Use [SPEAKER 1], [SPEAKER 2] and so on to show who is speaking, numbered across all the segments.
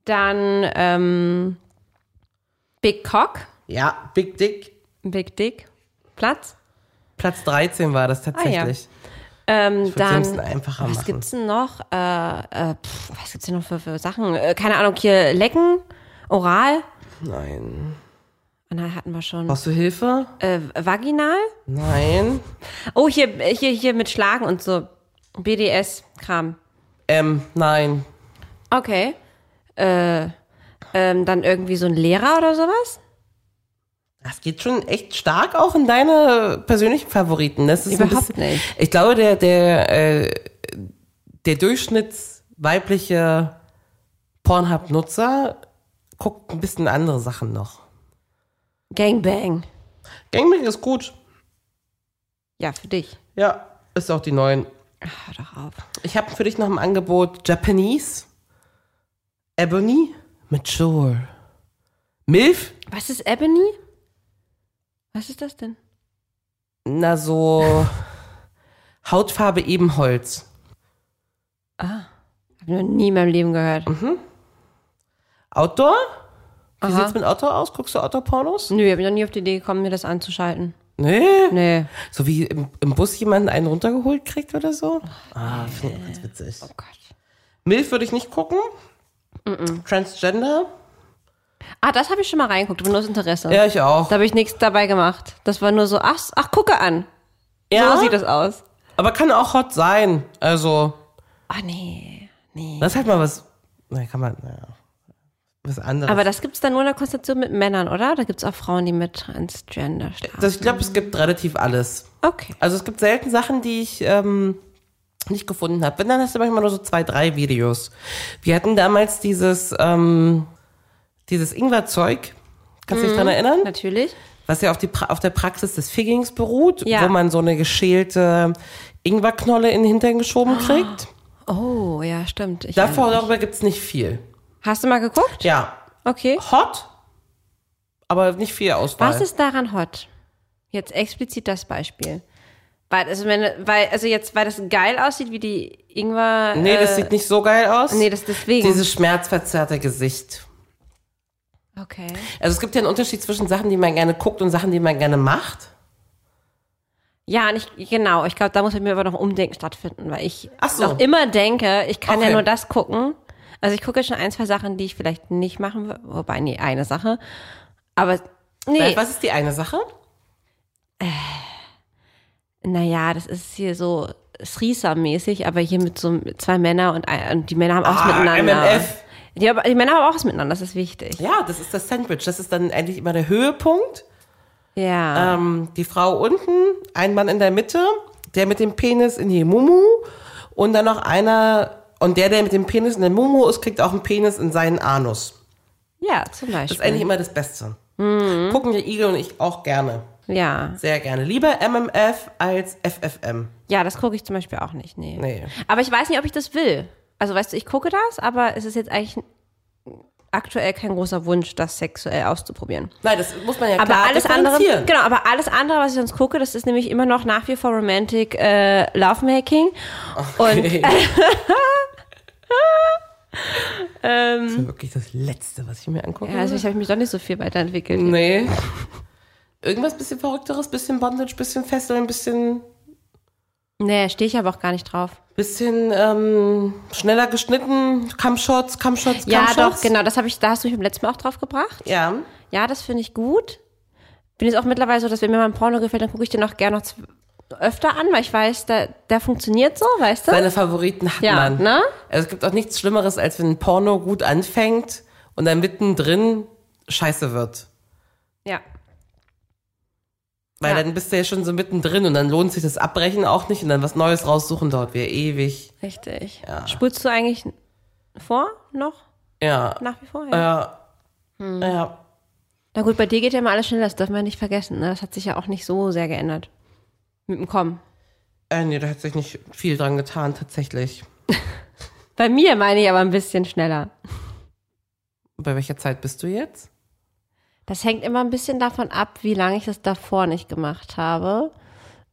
[SPEAKER 1] Dann ähm, Big Cock,
[SPEAKER 2] Ja, Big Dick.
[SPEAKER 1] Big Dick, Platz.
[SPEAKER 2] Platz 13 war
[SPEAKER 1] Ah,
[SPEAKER 2] das tatsächlich.
[SPEAKER 1] Ähm,
[SPEAKER 2] würd's am
[SPEAKER 1] dann
[SPEAKER 2] liebsten einfacher
[SPEAKER 1] was
[SPEAKER 2] machen.
[SPEAKER 1] gibt's denn noch? Äh, äh, pff, was gibt's denn noch für, für Sachen? Äh, keine Ahnung. Hier lecken, oral.
[SPEAKER 2] Nein.
[SPEAKER 1] Anal hatten wir schon.
[SPEAKER 2] Brauchst du Hilfe?
[SPEAKER 1] Äh, vaginal.
[SPEAKER 2] Nein.
[SPEAKER 1] Oh hier hier hier mit Schlagen und so BDS Kram.
[SPEAKER 2] Ähm, nein.
[SPEAKER 1] Okay. Äh, ähm, dann irgendwie so ein Lehrer oder sowas?
[SPEAKER 2] Das geht schon echt stark auch in deine persönlichen Favoriten. Das ist ein
[SPEAKER 1] Überhaupt
[SPEAKER 2] bisschen,
[SPEAKER 1] nicht.
[SPEAKER 2] Ich glaube, der, der, äh, der durchschnittsweibliche Pornhub-Nutzer guckt ein bisschen andere Sachen noch.
[SPEAKER 1] Gangbang.
[SPEAKER 2] Gangbang ist gut.
[SPEAKER 1] Ja, für dich. Ah,
[SPEAKER 2] Ja, ist auch die neuen.
[SPEAKER 1] Hör doch auf.
[SPEAKER 2] Ich habe für dich noch ein Angebot. Japanese, Ebony, Mature. Milf?
[SPEAKER 1] Was ist Ebony? Was ist das denn?
[SPEAKER 2] Na so Hautfarbe Ebenholz.
[SPEAKER 1] Hab ich noch nie in meinem Leben gehört.
[SPEAKER 2] Mhm. Outdoor? Wie
[SPEAKER 1] Aha.
[SPEAKER 2] sieht's mit Outdoor aus? Guckst du Outdoor-Pornos?
[SPEAKER 1] Nö, hab ich noch nie auf die Idee gekommen, mir das anzuschalten.
[SPEAKER 2] Nee.
[SPEAKER 1] Nee.
[SPEAKER 2] So wie im, im Bus jemanden einen runtergeholt kriegt oder so? Ah, finde ich ganz witzig.
[SPEAKER 1] Oh Gott.
[SPEAKER 2] Milf würde ich nicht gucken. Transgender?
[SPEAKER 1] Ah, das habe ich schon mal reingeguckt, aber nur aus Interesse.
[SPEAKER 2] Ja, ich auch.
[SPEAKER 1] Da habe ich nichts dabei gemacht. Das war nur so, ach, ach gucke an.
[SPEAKER 2] ja,
[SPEAKER 1] So sieht das aus.
[SPEAKER 2] aber kann auch hot sein. Also,
[SPEAKER 1] Ah, nee. Nee.
[SPEAKER 2] das ist halt mal was. Na, kann man, naja. Was anderes.
[SPEAKER 1] Aber das gibt's dann nur in der Konstellation mit Männern, oder? Da gibt's auch Frauen, die mit Transgender schlafen.
[SPEAKER 2] Äh, das, Also, ich glaube, es gibt relativ alles.
[SPEAKER 1] Okay.
[SPEAKER 2] Also, es gibt selten Sachen, die ich ähm, nicht gefunden habe. Wenn, dann hast du manchmal nur so zwei, drei Videos. Wir hatten damals dieses, ähm, dieses Ingwerzeug. Kannst du dich dran erinnern?
[SPEAKER 1] Mhm. Natürlich.
[SPEAKER 2] was ja auf, die pra auf der Praxis des Figgings beruht,
[SPEAKER 1] Ja.
[SPEAKER 2] wo man so eine geschälte Ingwerknolle in den Hintern geschoben
[SPEAKER 1] Ah,
[SPEAKER 2] kriegt.
[SPEAKER 1] Oh, ja, stimmt. Ich
[SPEAKER 2] Davor,
[SPEAKER 1] erinnere mich.
[SPEAKER 2] darüber gibt's nicht viel.
[SPEAKER 1] Hast du mal geguckt?
[SPEAKER 2] Ja,
[SPEAKER 1] Okay.
[SPEAKER 2] hot, aber nicht viel Auswahl.
[SPEAKER 1] Was ist daran hot? Jetzt explizit das Beispiel. Weil, also, wenn, weil, also jetzt, weil das geil aussieht, wie die Ingwer.
[SPEAKER 2] Nee,
[SPEAKER 1] äh,
[SPEAKER 2] das sieht nicht so geil aus.
[SPEAKER 1] Nee, das deswegen.
[SPEAKER 2] Dieses schmerzverzerrte Gesicht.
[SPEAKER 1] okay.
[SPEAKER 2] Also es gibt ja einen Unterschied zwischen Sachen, die man gerne guckt und Sachen, die man gerne macht.
[SPEAKER 1] Ja, und ich, genau. Ich glaube, da muss bei mir aber noch Umdenken stattfinden, weil ich
[SPEAKER 2] Ach so.
[SPEAKER 1] noch immer denke, ich kann ja
[SPEAKER 2] Okay.
[SPEAKER 1] nur das gucken. Also ich gucke schon ein, zwei Sachen, die ich vielleicht nicht machen will. Wobei, nee, eine Sache. Aber, nee.
[SPEAKER 2] Äh, Was ist die eine Sache?
[SPEAKER 1] Naja, das ist hier so Srisa-mäßig, aber hier mit so mit zwei Männern und, ein, und die Männer haben auch was
[SPEAKER 2] Ah,
[SPEAKER 1] miteinander.
[SPEAKER 2] MMF.
[SPEAKER 1] Die, aber die Männer haben auch was miteinander, das ist wichtig.
[SPEAKER 2] Ja, das ist das Sandwich. Das ist dann eigentlich immer der Höhepunkt.
[SPEAKER 1] Ja.
[SPEAKER 2] Ähm, die Frau unten, ein Mann in der Mitte, der mit dem Penis in die Mumu und dann noch einer, und der, der mit dem Penis in der Mumu ist, kriegt auch einen Penis in seinen Anus.
[SPEAKER 1] ja, zum
[SPEAKER 2] Das
[SPEAKER 1] Beispiel.
[SPEAKER 2] ist eigentlich immer das Beste. Gucken der Igel und ich auch gerne.
[SPEAKER 1] ja.
[SPEAKER 2] Sehr gerne. Lieber MMF als FFM.
[SPEAKER 1] ja, das gucke ich zum Beispiel auch nicht. Nee.
[SPEAKER 2] Nee.
[SPEAKER 1] Aber ich weiß nicht, ob ich das will. Also weißt du, ich gucke das, aber es ist jetzt eigentlich aktuell kein großer Wunsch, das sexuell auszuprobieren.
[SPEAKER 2] Nein, das muss man ja
[SPEAKER 1] Aber
[SPEAKER 2] klar
[SPEAKER 1] alles andere,
[SPEAKER 2] differenzieren.
[SPEAKER 1] genau, aber alles andere, was ich sonst gucke, das ist nämlich immer noch nach wie vor Romantic äh, Lovemaking. Und
[SPEAKER 2] Das ist wirklich das Letzte, was ich mir angucke.
[SPEAKER 1] Ähm, Ja, also ich habe mich doch nicht so viel weiterentwickelt.
[SPEAKER 2] nee. Irgendwas bisschen Verrückteres, bisschen Bondage, bisschen Fesseln, bisschen,
[SPEAKER 1] Nee, stehe ich aber auch gar nicht drauf.
[SPEAKER 2] bisschen ähm, schneller geschnitten, Kampfshots,
[SPEAKER 1] Ja,
[SPEAKER 2] Kampfshots,
[SPEAKER 1] genau.
[SPEAKER 2] Kampfshots.
[SPEAKER 1] doch, genau, das habe ich, da hast du mich beim letzten Mal auch drauf gebracht.
[SPEAKER 2] Ja.
[SPEAKER 1] Ja, das finde ich gut. bin jetzt auch mittlerweile so, dass wenn mir mal ein Porno gefällt, dann gucke ich den auch gerne noch z- öfter an, weil ich weiß, der, der funktioniert so, weißt du?
[SPEAKER 2] Seine Favoriten hat
[SPEAKER 1] Ja,
[SPEAKER 2] man.
[SPEAKER 1] ne?
[SPEAKER 2] Also es gibt auch nichts Schlimmeres, als wenn ein Porno gut anfängt und dann mittendrin scheiße wird.
[SPEAKER 1] ja.
[SPEAKER 2] Weil
[SPEAKER 1] Ja.
[SPEAKER 2] dann bist du ja schon so mittendrin und dann lohnt sich das Abbrechen auch nicht und dann was Neues raussuchen dauert wieder ewig.
[SPEAKER 1] Richtig. Spulst du eigentlich vor noch?
[SPEAKER 2] Ja.
[SPEAKER 1] Nach Hm. wie vor? Ja.
[SPEAKER 2] Ja. Ja.
[SPEAKER 1] Äh, Na gut, bei dir geht ja immer alles schneller, das darf man nicht vergessen. Ne? Das hat sich ja auch nicht so sehr geändert. Mit dem Kommen.
[SPEAKER 2] Äh, nee, da hat sich nicht viel dran getan, tatsächlich.
[SPEAKER 1] Bei mir meine ich aber ein bisschen schneller.
[SPEAKER 2] Bei welcher Zeit bist du jetzt?
[SPEAKER 1] Das hängt immer ein bisschen davon ab, wie lange ich das davor nicht gemacht habe.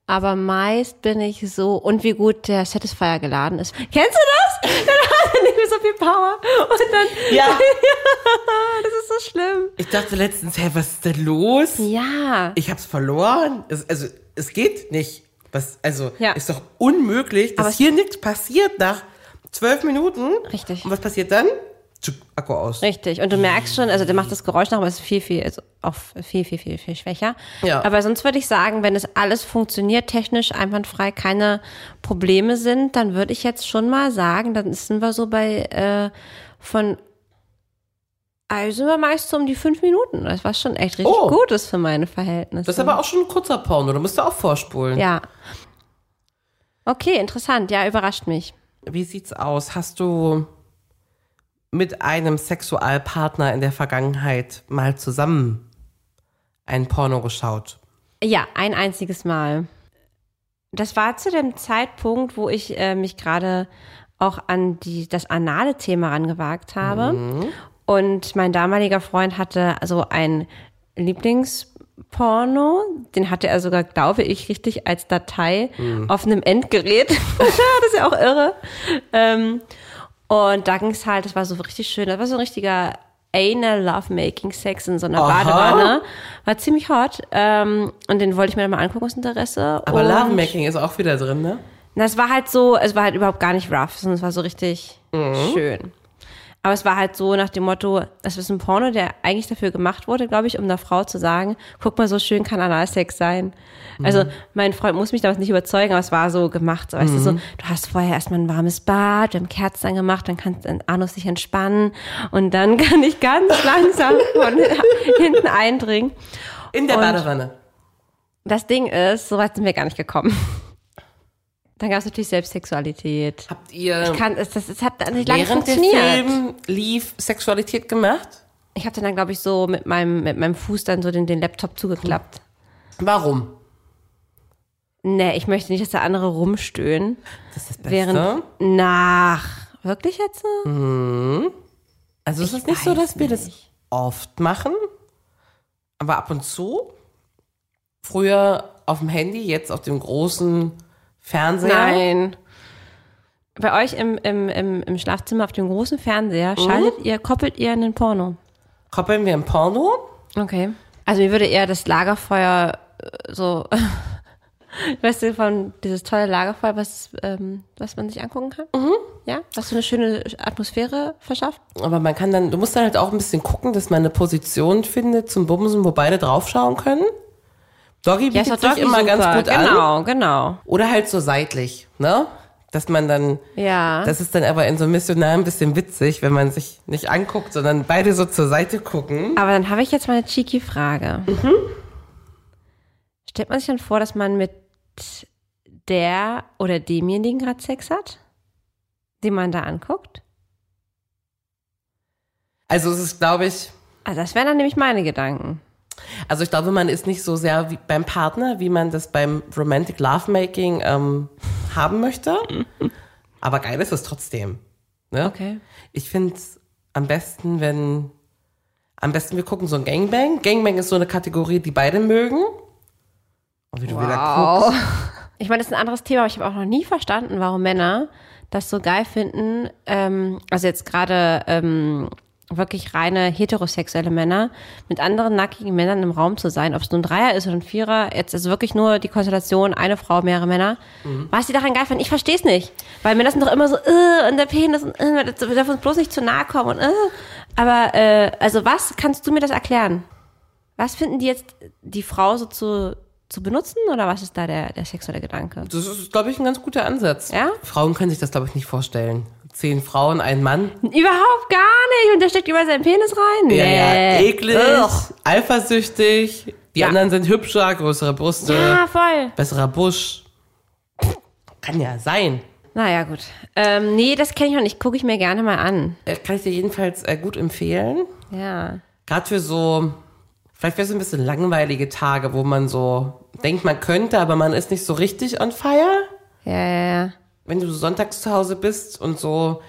[SPEAKER 1] Aber meist bin ich so, und wie gut der Satisfier geladen ist. Kennst du das? Dann hat er nicht mehr so viel Power. Und dann,
[SPEAKER 2] Ja.
[SPEAKER 1] das ist so schlimm.
[SPEAKER 2] Ich dachte letztens, hey, was ist denn los?
[SPEAKER 1] Ja.
[SPEAKER 2] Ich hab's verloren. Es, also, es geht nicht. Was, also,
[SPEAKER 1] Ja.
[SPEAKER 2] ist doch unmöglich, dass
[SPEAKER 1] Aber es-
[SPEAKER 2] hier nichts passiert nach zwölf Minuten.
[SPEAKER 1] Richtig.
[SPEAKER 2] Und was passiert dann? Tschuck, Akku aus.
[SPEAKER 1] Richtig. Und du merkst schon, also der macht das Geräusch noch, aber es ist viel, viel, also auch viel, viel, viel, viel schwächer.
[SPEAKER 2] Ja.
[SPEAKER 1] Aber sonst würde ich sagen, wenn es alles funktioniert, technisch einwandfrei, keine Probleme sind, dann würde ich jetzt schon mal sagen, dann sind wir so bei äh, von also sind wir meist so um die fünf Minuten. Das war schon echt richtig
[SPEAKER 2] Oh.
[SPEAKER 1] Gutes für meine Verhältnisse.
[SPEAKER 2] Das ist aber auch schon ein kurzer Porno, da musst du auch vorspulen.
[SPEAKER 1] ja. Okay, interessant. Ja, überrascht mich.
[SPEAKER 2] Wie sieht's aus? Hast du mit einem Sexualpartner in der Vergangenheit mal zusammen ein Porno geschaut?
[SPEAKER 1] Ja, ein einziges Mal. Das war zu dem Zeitpunkt, wo ich äh, mich gerade auch an die, das anale Thema rangewagt habe.
[SPEAKER 2] Mhm.
[SPEAKER 1] Und mein damaliger Freund hatte also ein Lieblingsporno, den hatte er sogar, glaube ich, richtig als Datei
[SPEAKER 2] Mhm.
[SPEAKER 1] auf einem Endgerät. das ist ja auch irre. Ähm, und da ging es halt, das war so richtig schön, das war so ein richtiger anal lovemaking Sex in so einer
[SPEAKER 2] Aha.
[SPEAKER 1] Badewanne. War ziemlich hot. Ähm, und den wollte ich mir dann mal angucken aus Interesse.
[SPEAKER 2] Aber
[SPEAKER 1] und
[SPEAKER 2] Lovemaking ist auch wieder drin, ne?
[SPEAKER 1] na, es war halt so, es war halt überhaupt gar nicht rough, sondern es war so richtig schön. Aber es war halt so nach dem Motto, es ist ein Porno, der eigentlich dafür gemacht wurde, glaube ich, um einer Frau zu sagen, guck mal, so schön kann Analsex sein. Also mein Freund muss mich damals nicht überzeugen, aber es war so gemacht. So, weißt du, so, du hast vorher erstmal ein warmes Bad, wir haben Kerzen angemacht, dann kann dein Anus sich entspannen und dann kann ich ganz langsam von hinten eindringen.
[SPEAKER 2] In der
[SPEAKER 1] Und-
[SPEAKER 2] Badewanne.
[SPEAKER 1] Das Ding ist, so weit sind wir gar nicht gekommen. Dann gab es natürlich Selbstsexualität.
[SPEAKER 2] Habt ihr
[SPEAKER 1] Ich kann, es, das, es hat dann nicht lange
[SPEAKER 2] Ähm, während der
[SPEAKER 1] funktioniert.
[SPEAKER 2] Film lief Sexualität gemacht?
[SPEAKER 1] Ich habe dann, glaube ich, so mit meinem, mit meinem Fuß dann so den, den Laptop zugeklappt.
[SPEAKER 2] Warum?
[SPEAKER 1] Nee, ich möchte nicht, dass der andere rumstöhnt.
[SPEAKER 2] Das ist das Beste.
[SPEAKER 1] Während nach. Wirklich jetzt?
[SPEAKER 2] also es ist nicht so, dass wir das oft machen, aber ab und zu. Früher auf dem Handy, jetzt auf dem großen Fernseher.
[SPEAKER 1] Nein. Bei euch im, im, im, im Schlafzimmer auf dem großen Fernseher
[SPEAKER 2] Mhm.
[SPEAKER 1] schaltet ihr, koppelt ihr einen Porno.
[SPEAKER 2] Koppeln wir ein Porno?
[SPEAKER 1] Okay. Also mir würde eher das Lagerfeuer äh, so, weißt du, von dieses tolle Lagerfeuer, was, ähm, was man sich angucken kann.
[SPEAKER 2] Mhm.
[SPEAKER 1] Ja, was so eine schöne Atmosphäre verschafft.
[SPEAKER 2] Aber man kann dann, du musst dann halt auch ein bisschen gucken, dass man eine Position findet zum Bumsen, wo beide draufschauen können. Doggy bietet
[SPEAKER 1] doch
[SPEAKER 2] sich immer ganz gut an.
[SPEAKER 1] Genau, genau.
[SPEAKER 2] Oder halt so seitlich, ne? Dass man dann,
[SPEAKER 1] Ja.
[SPEAKER 2] das ist dann aber in so einem Missionar ein bisschen witzig, wenn man sich nicht anguckt, sondern beide so zur Seite gucken.
[SPEAKER 1] Aber dann habe ich jetzt mal eine cheeky Frage.
[SPEAKER 2] Mhm.
[SPEAKER 1] Stellt man sich dann vor, dass man mit der oder demjenigen gerade Sex hat, den man da anguckt?
[SPEAKER 2] Also es ist, glaube ich,
[SPEAKER 1] Also das wären dann nämlich meine Gedanken.
[SPEAKER 2] also ich glaube, man ist nicht so sehr wie beim Partner, wie man das beim Romantic Lovemaking ähm, haben möchte. Aber geil ist es trotzdem. Ne?
[SPEAKER 1] Okay.
[SPEAKER 2] Ich finde am besten, wenn am besten wir gucken so ein Gangbang. Gangbang ist so eine Kategorie, die beide mögen. Und wie du wieder guckst.
[SPEAKER 1] Ich meine, das ist ein anderes Thema, aber ich habe auch noch nie verstanden, warum Männer das so geil finden. Ähm, also jetzt gerade ähm, wirklich reine heterosexuelle Männer mit anderen nackigen Männern im Raum zu sein, ob es nun ein Dreier ist oder ein Vierer. Jetzt ist wirklich nur die Konstellation eine Frau, mehrere Männer. Was die daran geil finden, ich verstehe es nicht, weil Männer sind doch immer so äh, und der Penis und äh, das- wir dürfen uns bloß nicht zu nahe kommen und äh. Aber äh, also was kannst du mir das erklären? Was finden die jetzt, die Frau so zu, zu benutzen oder was ist da der, der sexuelle Gedanke?
[SPEAKER 2] Das ist, glaube ich, ein ganz guter Ansatz.
[SPEAKER 1] Ja?
[SPEAKER 2] Frauen können sich das, glaube ich, nicht vorstellen. Zehn Frauen, ein Mann.
[SPEAKER 1] Überhaupt gar nicht. Und der steckt über seinen Penis rein?
[SPEAKER 2] Ja, ja,
[SPEAKER 1] Nee.
[SPEAKER 2] eklig,
[SPEAKER 1] Ugh.
[SPEAKER 2] eifersüchtig. Die
[SPEAKER 1] Ja.
[SPEAKER 2] anderen sind hübscher, größere Brüste,
[SPEAKER 1] Ja, Ah, voll.
[SPEAKER 2] besserer Busch. Kann ja sein.
[SPEAKER 1] Naja, gut. Ähm, nee, das kenne ich noch nicht. Gucke ich mir gerne mal an.
[SPEAKER 2] Äh, Kann ich dir jedenfalls äh, gut empfehlen.
[SPEAKER 1] Ja.
[SPEAKER 2] Gerade für so, vielleicht wäre es ein bisschen langweilige Tage, wo man so denkt, man könnte, aber man ist nicht so richtig on fire.
[SPEAKER 1] Ja, ja, ja.
[SPEAKER 2] Wenn du so sonntags zu Hause bist und so,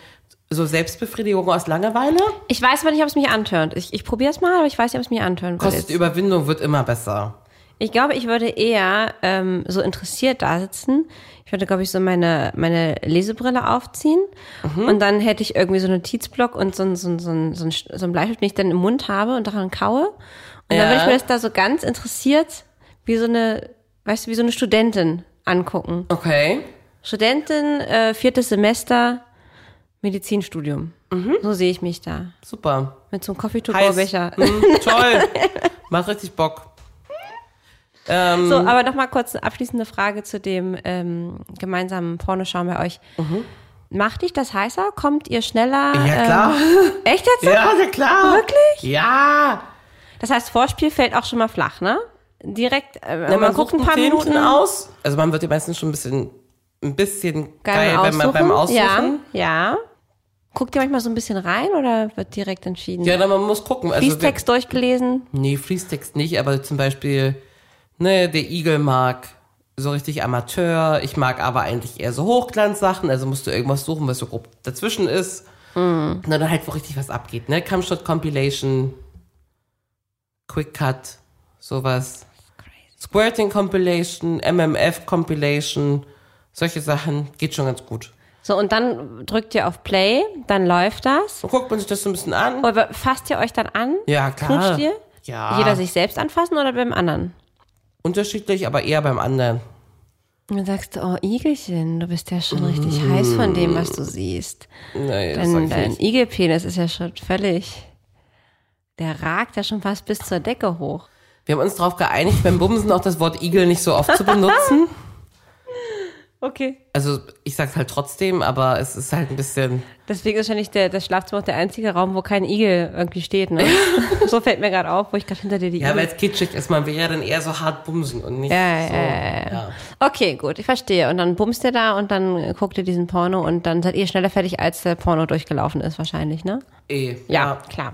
[SPEAKER 2] so Selbstbefriedigung aus Langeweile,
[SPEAKER 1] Ich weiß aber nicht, ob es mich antörnt. Ich, ich probiere es mal, aber ich weiß nicht, ob es mich antörnt.
[SPEAKER 2] kostet Überwindung, wird immer besser.
[SPEAKER 1] Ich glaube, ich würde eher ähm, so interessiert da sitzen. Ich würde, glaube ich, so meine, meine Lesebrille aufziehen. Und dann hätte ich irgendwie so einen Notizblock und so, ein- so, ein- so, ein- so, ein- so einen Bleistift, den ich dann im Mund habe und daran kaue. Und dann würde ich mir das da so ganz interessiert, wie so eine, weißt du, wie so eine Studentin angucken.
[SPEAKER 2] Okay.
[SPEAKER 1] Studentin, äh, viertes Semester, Medizinstudium. So sehe ich mich da.
[SPEAKER 2] Super.
[SPEAKER 1] Mit so einem
[SPEAKER 2] Heiß.
[SPEAKER 1] Coffee-to-go-Becher.
[SPEAKER 2] Mm, toll. Macht richtig Bock.
[SPEAKER 1] So,
[SPEAKER 2] Mhm.
[SPEAKER 1] aber nochmal kurz eine abschließende Frage zu dem ähm, gemeinsamen Pornoschauen bei euch. Macht dich das heißer? Kommt ihr schneller?
[SPEAKER 2] Mhm. Ja, klar.
[SPEAKER 1] Ähm, echt jetzt?
[SPEAKER 2] Ja, na klar.
[SPEAKER 1] Wirklich?
[SPEAKER 2] Ja.
[SPEAKER 1] Das heißt, Vorspiel fällt auch schon mal flach, ne? Direkt, äh,
[SPEAKER 2] Ja,
[SPEAKER 1] man, guckt ein paar
[SPEAKER 2] Filmchen
[SPEAKER 1] Minuten
[SPEAKER 2] aus. Also man wird ja meistens schon ein bisschen, ein bisschen geil, wenn man beim Aussuchen.
[SPEAKER 1] Ja, ja. Guckt ihr manchmal so ein bisschen rein oder wird direkt entschieden?
[SPEAKER 2] Ja, dann man muss gucken. Also
[SPEAKER 1] Fließtext durchgelesen?
[SPEAKER 2] Wir, nee, Fließtext nicht, aber zum Beispiel, ne, der Igel mag so richtig Amateur. Ich mag aber eigentlich eher so Hochglanzsachen. Also musst du irgendwas suchen, was so grob dazwischen ist.
[SPEAKER 1] Hm.
[SPEAKER 2] Na, dann halt, wo richtig was abgeht, ne? Camshot Compilation, Quick Cut, sowas. Squirting Compilation, MMF Compilation, solche Sachen. Geht schon ganz gut.
[SPEAKER 1] So, und dann drückt ihr auf Play, dann läuft das.
[SPEAKER 2] Dann guckt man sich das so ein bisschen an.
[SPEAKER 1] Aber fasst ihr euch dann an?
[SPEAKER 2] Ja, klar.
[SPEAKER 1] Knutscht ihr?
[SPEAKER 2] Ja.
[SPEAKER 1] Jeder sich selbst anfassen oder beim anderen?
[SPEAKER 2] Unterschiedlich, aber eher beim anderen.
[SPEAKER 1] Und dann sagst du, oh Igelchen, du bist ja schon richtig heiß von dem, was du siehst.
[SPEAKER 2] Nee, Mm. das sag
[SPEAKER 1] Dein,
[SPEAKER 2] ich
[SPEAKER 1] dein
[SPEAKER 2] nicht.
[SPEAKER 1] Igelpenis ist ja schon völlig, der ragt ja schon fast bis zur Decke hoch.
[SPEAKER 2] Wir haben uns darauf geeinigt, beim Bumsen auch das Wort Igel nicht so oft zu benutzen.
[SPEAKER 1] Okay.
[SPEAKER 2] Also ich sag's halt trotzdem, aber es ist halt ein bisschen.
[SPEAKER 1] Deswegen ist wahrscheinlich der, das Schlafzimmer auch der einzige Raum, wo kein Igel irgendwie steht. Ne? so fällt mir gerade auf, wo ich gerade hinter dir die
[SPEAKER 2] Ja,
[SPEAKER 1] Igel...
[SPEAKER 2] weil es kitschig ist, man will ja dann eher so hart bumsen und nicht so. ja.
[SPEAKER 1] Okay, gut, ich verstehe. Und dann bummst ihr da und dann äh, guckt ihr diesen Porno und dann seid ihr schneller fertig, als der Porno durchgelaufen ist wahrscheinlich, ne?
[SPEAKER 2] Eh,
[SPEAKER 1] Ja, klar.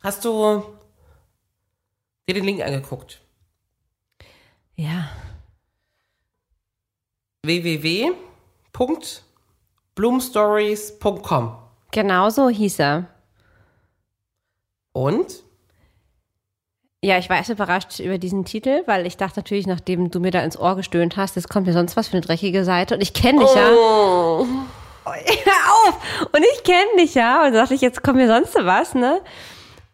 [SPEAKER 2] Hast du dir den Link angeguckt?
[SPEAKER 1] Ja.
[SPEAKER 2] www.bloomstories.com
[SPEAKER 1] Genau so hieß er.
[SPEAKER 2] Und?
[SPEAKER 1] Ja, ich war erst überrascht über diesen Titel, weil ich dachte natürlich, nachdem du mir da ins Ohr gestöhnt hast, das kommt mir sonst was für eine dreckige Seite und ich kenne dich ja.
[SPEAKER 2] Oh.
[SPEAKER 1] Hör auf! Und ich kenne dich ja und dachte ich, jetzt kommt mir sonst was, ne?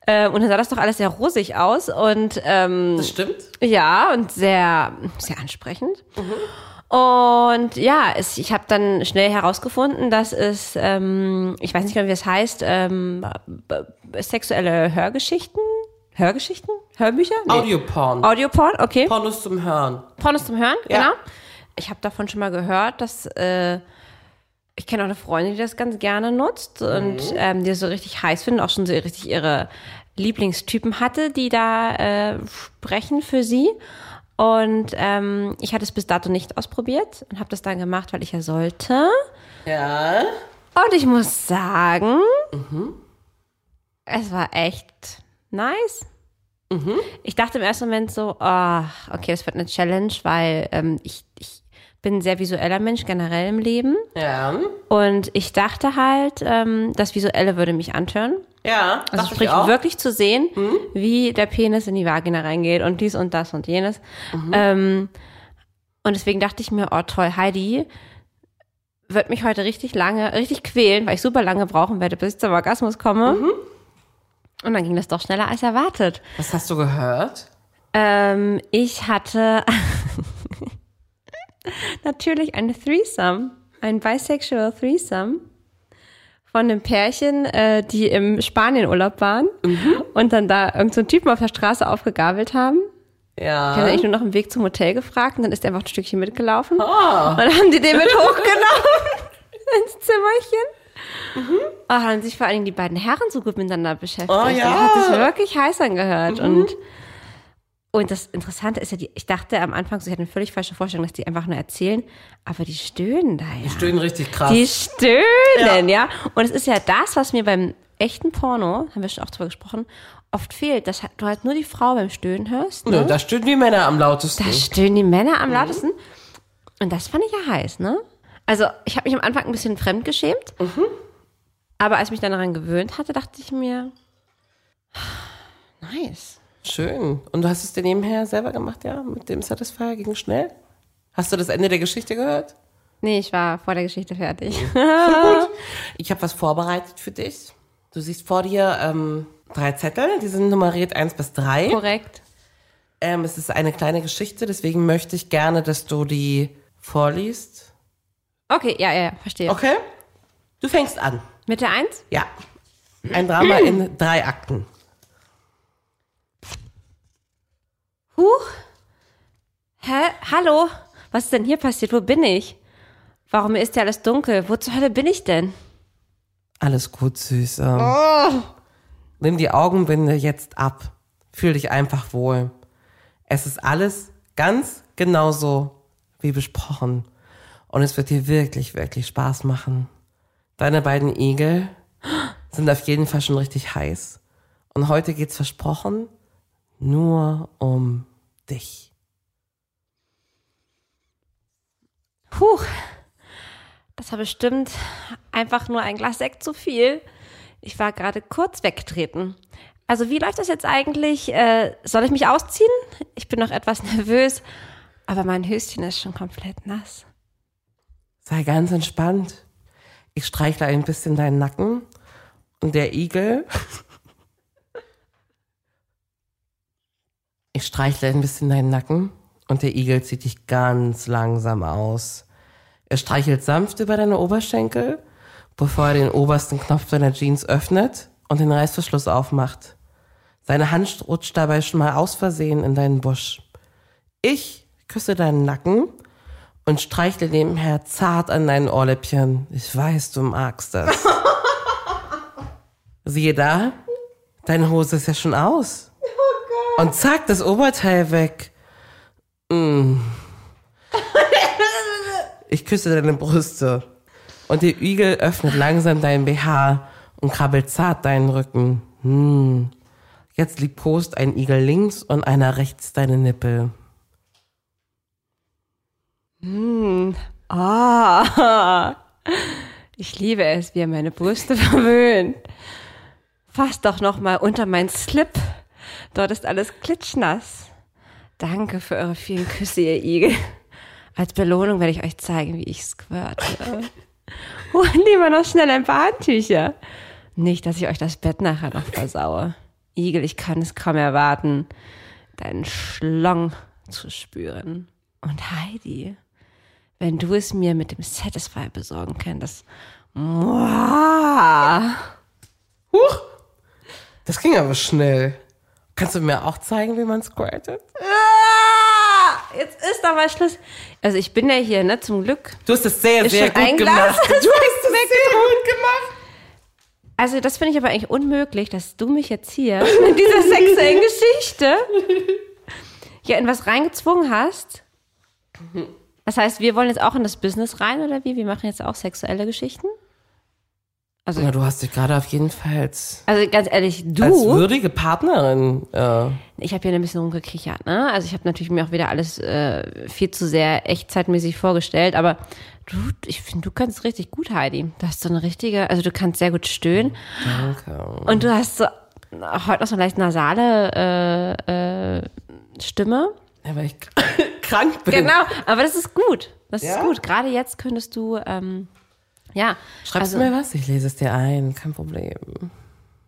[SPEAKER 1] Ähm, Und dann sah das doch alles sehr rosig aus und ähm,
[SPEAKER 2] Das stimmt.
[SPEAKER 1] ja, und sehr, sehr ansprechend. Und ja, es, ich habe dann schnell herausgefunden, dass es, ähm, ich weiß nicht genau, wie es heißt, ähm, b- b- sexuelle Hörgeschichten, Hörgeschichten, Hörbücher? Nee.
[SPEAKER 2] Audioporn.
[SPEAKER 1] Audioporn, okay.
[SPEAKER 2] Pornos zum Hören.
[SPEAKER 1] Pornos zum Hören,
[SPEAKER 2] Ja.
[SPEAKER 1] genau. Ich habe davon schon mal gehört, dass äh, ich kenne auch eine Freundin, die das ganz gerne nutzt und
[SPEAKER 2] Mhm.
[SPEAKER 1] ähm, die das so richtig heiß findet, auch schon so richtig ihre Lieblingstypen hatte, die da äh, sprechen für sie. Und ähm, ich hatte es bis dato nicht ausprobiert und habe das dann gemacht, weil ich ja sollte.
[SPEAKER 2] Ja. Mhm.
[SPEAKER 1] Und ich muss sagen, es war echt nice. Ich dachte im ersten Moment so, ah, okay, das wird eine Challenge, weil ähm, ich, ich bin ein sehr visueller Mensch generell im Leben.
[SPEAKER 2] Ja.
[SPEAKER 1] Und ich dachte halt, ähm, das Visuelle würde mich antören.
[SPEAKER 2] Ja.
[SPEAKER 1] Also
[SPEAKER 2] dachte ich
[SPEAKER 1] sprich,
[SPEAKER 2] auch. Mhm.
[SPEAKER 1] wirklich zu sehen, wie der Penis in die Vagina reingeht und dies und das und jenes.
[SPEAKER 2] Mhm.
[SPEAKER 1] Ähm, und deswegen dachte ich mir, oh toll, Heidi wird mich heute richtig lange, richtig quälen, weil ich super lange brauchen werde, bis ich zum Orgasmus komme.
[SPEAKER 2] Mhm.
[SPEAKER 1] Und dann ging das doch schneller als erwartet.
[SPEAKER 2] Was hast du gehört?
[SPEAKER 1] Ähm, ich hatte natürlich eine Threesome, ein bisexual Threesome von einem Pärchen, äh, die im Spanienurlaub waren und dann da irgendeinen so einen Typen auf der Straße aufgegabelt haben. Ich habe
[SPEAKER 2] Ja.
[SPEAKER 1] eigentlich nur noch im Weg zum Hotel gefragt und dann ist er einfach ein Stückchen mitgelaufen. Und dann haben die den mit hochgenommen ins Zimmerchen. Oh, haben sich vor allen Dingen die beiden Herren so gut miteinander beschäftigt.
[SPEAKER 2] Oh,
[SPEAKER 1] Das
[SPEAKER 2] ja.
[SPEAKER 1] hat sich wirklich heiß angehört. Und, und das Interessante ist ja, die, ich dachte am Anfang, so, ich hatte eine völlig falsche Vorstellung, dass die einfach nur erzählen, aber die stöhnen da ja.
[SPEAKER 2] Stöhnen richtig krass.
[SPEAKER 1] Die stöhnen, ja. Und es ist ja das, was mir beim echten Porno, haben wir schon auch drüber gesprochen, oft fehlt, dass du halt nur die Frau beim Stöhnen hörst. ne?
[SPEAKER 2] Nö, da stöhnen die Männer am lautesten.
[SPEAKER 1] Da stöhnen die Männer am lautesten. Und das fand ich ja heiß, ne? Also, ich habe mich am Anfang ein bisschen fremdgeschämt. Aber als ich mich dann daran gewöhnt hatte, dachte ich mir, nice.
[SPEAKER 2] Schön. Und du hast es dir nebenher selber gemacht, ja? Mit dem Satisfier ging schnell? Hast du das Ende der Geschichte gehört?
[SPEAKER 1] Nee, ich war vor der Geschichte fertig.
[SPEAKER 2] Ich habe was vorbereitet für dich. Du siehst vor dir ähm, drei Zettel, die sind nummeriert 1 bis 3.
[SPEAKER 1] Korrekt.
[SPEAKER 2] Ähm, es ist eine kleine Geschichte, deswegen möchte ich gerne, dass du die vorliest.
[SPEAKER 1] Okay, ja, ja, ja, verstehe.
[SPEAKER 2] Okay? Du fängst an.
[SPEAKER 1] Mit der Eins?
[SPEAKER 2] Ja. Ein Drama in drei Akten.
[SPEAKER 1] Huch. Hä? Hallo? Was ist denn hier passiert? Wo bin ich? Warum ist ja alles dunkel? Wo zur Hölle bin ich denn?
[SPEAKER 2] Alles gut, süß. Ähm, Nimm die Augenbinde jetzt ab. Fühl dich einfach wohl. Es ist alles ganz genauso wie besprochen. Und es wird dir wirklich, wirklich Spaß machen. Deine beiden Igel sind auf jeden Fall schon richtig heiß. Und heute geht's versprochen nur um dich.
[SPEAKER 1] Puh, das war bestimmt einfach nur ein Glas Sekt zu viel. Ich war gerade kurz weggetreten. Also wie läuft das jetzt eigentlich? Äh, soll ich mich ausziehen? Ich bin noch etwas nervös, aber mein Höschen ist schon komplett nass.
[SPEAKER 2] Sei ganz entspannt. Ich streichle ein bisschen deinen Nacken und der Igel. Ich streichle ein bisschen deinen Nacken und der Igel zieht dich ganz langsam aus. Er streichelt sanft über deine Oberschenkel, bevor er den obersten Knopf deiner Jeans öffnet und den Reißverschluss aufmacht. Seine Hand rutscht dabei schon mal aus Versehen in deinen Busch. Ich küsse deinen Nacken und streichle nebenher zart an deinen Ohrläppchen. Ich weiß, du magst das. Siehe da, deine Hose ist ja schon aus. Und zack, das Oberteil weg. Mm. Ich küsse deine Brüste. Und der Igel öffnet langsam deinen BH und krabbelt zart deinen Rücken. Mm. Jetzt liebkost ein Igel links und einer rechts deine Nippel.
[SPEAKER 1] Ah, ich liebe es, wie er meine Brüste verwöhnt. Fass doch noch mal unter meinen Slip. Dort ist alles klitschnass. Danke für eure vielen Küsse, ihr Igel. Als Belohnung werde ich euch zeigen, wie ich squirte. Und lieber noch schnell ein paar Handtücher. Nicht, dass ich euch das Bett nachher noch versaue. Igel, ich kann es kaum erwarten, deinen Schlong zu spüren. Und Heidi wenn du es mir mit dem Satisfy besorgen könntest. Mua.
[SPEAKER 2] Huch! Das ging aber schnell. Kannst du mir auch zeigen, wie man squirtet?
[SPEAKER 1] Ah! jetzt ist aber Schluss. Also ich bin ja hier, ne, zum Glück.
[SPEAKER 2] Du hast es sehr,
[SPEAKER 1] Ist
[SPEAKER 2] sehr
[SPEAKER 1] schon ein
[SPEAKER 2] gut
[SPEAKER 1] Glas?
[SPEAKER 2] gemacht. Du hast es sehr gut gemacht.
[SPEAKER 1] Also das finde ich aber eigentlich unmöglich, dass du mich jetzt hier mit dieser sexuellen Geschichte ja in was reingezwungen hast. Das heißt, wir wollen jetzt auch in das Business rein, oder wie? Wir machen jetzt auch sexuelle Geschichten? Also,
[SPEAKER 2] Ja, du hast dich gerade auf jeden Fall als,
[SPEAKER 1] also ganz ehrlich,
[SPEAKER 2] als
[SPEAKER 1] du,
[SPEAKER 2] würdige Partnerin. Äh,
[SPEAKER 1] ich habe hier ein bisschen rumgekichert, ne? Also ich habe natürlich mir auch wieder alles äh, viel zu sehr echtzeitmäßig vorgestellt, aber du, ich finde, du kannst richtig gut, Heidi. Du hast so eine richtige, also du kannst sehr gut stöhnen.
[SPEAKER 2] danke.
[SPEAKER 1] Und du hast so heute noch so eine leicht nasale äh, äh, Stimme.
[SPEAKER 2] Ja, weil ich krank bin.
[SPEAKER 1] Genau, aber das ist gut. Das ist
[SPEAKER 2] Ja?
[SPEAKER 1] gut. Gerade jetzt könntest du, ähm, ja.
[SPEAKER 2] Schreibst
[SPEAKER 1] also,
[SPEAKER 2] du mir was? Ich lese es dir ein, kein Problem.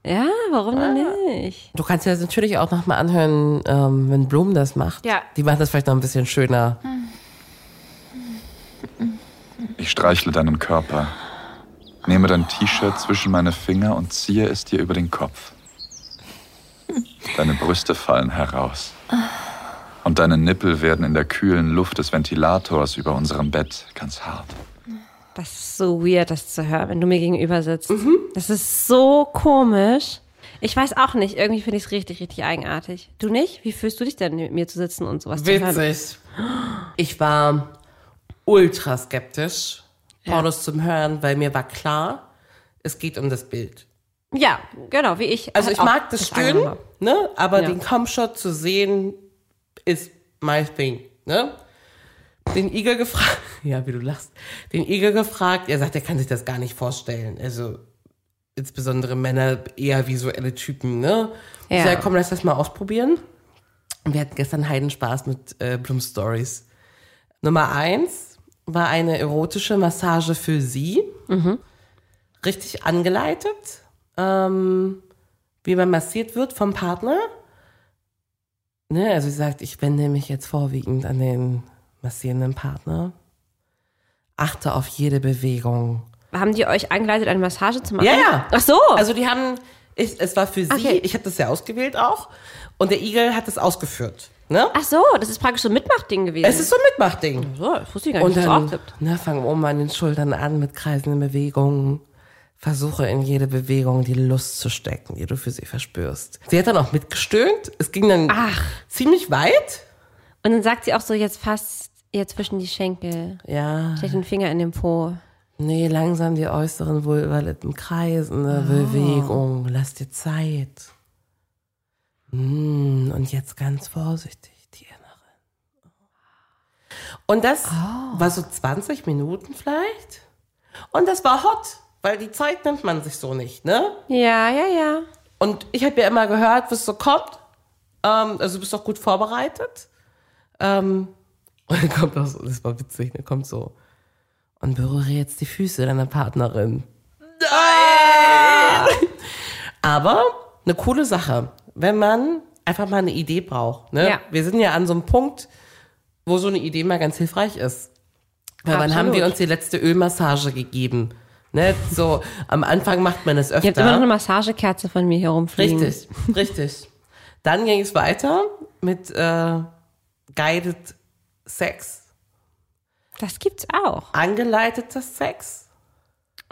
[SPEAKER 1] Ja, warum denn
[SPEAKER 2] Ah.
[SPEAKER 1] nicht?
[SPEAKER 2] Du kannst dir das natürlich auch nochmal anhören, ähm, wenn Blum das macht.
[SPEAKER 1] Ja.
[SPEAKER 2] Die machen das vielleicht noch ein bisschen schöner.
[SPEAKER 3] Ich streichle deinen Körper, nehme dein T-Shirt zwischen meine Finger und ziehe es dir über den Kopf. Deine Brüste fallen heraus. Und deine Nippel werden in der kühlen Luft des Ventilators über unserem Bett ganz hart.
[SPEAKER 1] Das ist so weird, das zu hören, wenn du mir gegenüber sitzt.
[SPEAKER 2] Mhm.
[SPEAKER 1] Das ist so komisch. Ich weiß auch nicht. Irgendwie finde ich es richtig, richtig eigenartig. Du nicht? Wie fühlst du dich denn, mit mir zu sitzen und sowas zu hören?
[SPEAKER 2] Witzig. Ich war ultra skeptisch, Pornos zum Hören, weil mir war klar, es geht um das Bild.
[SPEAKER 1] Ja, genau, wie ich.
[SPEAKER 2] Also
[SPEAKER 1] Hat
[SPEAKER 2] ich
[SPEAKER 1] auch
[SPEAKER 2] mag das Stöhnen,
[SPEAKER 1] angenommen.
[SPEAKER 2] ne? aber
[SPEAKER 1] Ja.
[SPEAKER 2] den Comshot zu sehen ist my thing. Ne? Den Iger gefragt, ja, wie du lachst, den Iger gefragt, er sagt, er kann sich das gar nicht vorstellen. Also insbesondere Männer, eher visuelle Typen. Ne?
[SPEAKER 1] Ja.
[SPEAKER 2] Ich sag, komm, lass das mal ausprobieren. Und wir hatten gestern Heidenspaß mit äh, Bloom Stories. Nummer eins war eine erotische Massage für sie. Richtig angeleitet, ähm, wie man massiert wird vom Partner. Ne, also sie sagt, ich wende mich jetzt vorwiegend an den massierenden Partner. Achte auf jede Bewegung.
[SPEAKER 1] Haben die euch angeleitet, eine Massage zu machen?
[SPEAKER 2] Ja, ja.
[SPEAKER 1] Ach so.
[SPEAKER 2] Also die haben, ich, es war für sie,
[SPEAKER 1] Oh. Okay.
[SPEAKER 2] ich habe das ja ausgewählt auch. Und der Igel hat das ausgeführt. Ne?
[SPEAKER 1] Ach so, das ist praktisch so ein Mitmachding gewesen.
[SPEAKER 2] Es ist so ein Mitmachding.
[SPEAKER 1] so, das wusste ich gar nicht,
[SPEAKER 2] Und
[SPEAKER 1] dass es auch
[SPEAKER 2] dann
[SPEAKER 1] gibt.
[SPEAKER 2] ne, fangen oben an den Schultern an mit kreisenden Bewegungen. Versuche in jede Bewegung die Lust zu stecken, die du für sie verspürst. Sie hat dann auch mitgestöhnt. Es ging dann
[SPEAKER 1] Ach.
[SPEAKER 2] ziemlich weit.
[SPEAKER 1] Und dann sagt sie auch so, jetzt fasst ihr zwischen die Schenkel,
[SPEAKER 2] Ja,
[SPEAKER 1] steckt den Finger in den Po.
[SPEAKER 2] nee, langsam die äußeren Vulvalippen kreisende Bewegung. Lass dir Zeit. Mm, und jetzt ganz vorsichtig die inneren. Und das war so 20 Minuten vielleicht. Und das war hot, weil die Zeit nimmt man sich so nicht, ne?
[SPEAKER 1] Ja, ja, ja.
[SPEAKER 2] Und ich habe ja immer gehört, was so kommt. Ähm, also du bist doch gut vorbereitet. Ähm, und dann kommt auch so, das war witzig, dann kommt so, und berühre jetzt die Füße deiner Partnerin. Nein! Aber eine coole Sache, wenn man einfach mal eine Idee braucht. Ne?
[SPEAKER 1] Ja.
[SPEAKER 2] Wir sind ja an so einem Punkt, wo so eine Idee mal ganz hilfreich ist. Weil wann haben
[SPEAKER 1] Absolut.
[SPEAKER 2] wir uns die letzte Ölmassage gegeben? Ne? So, am Anfang macht man das öfter.
[SPEAKER 1] Ihr habt immer noch eine Massagekerze von mir hier rumfliegen.
[SPEAKER 2] Richtig, richtig. Dann ging es weiter mit äh, Guided Sex,
[SPEAKER 1] Das gibt's auch.
[SPEAKER 2] angeleiteter Sex,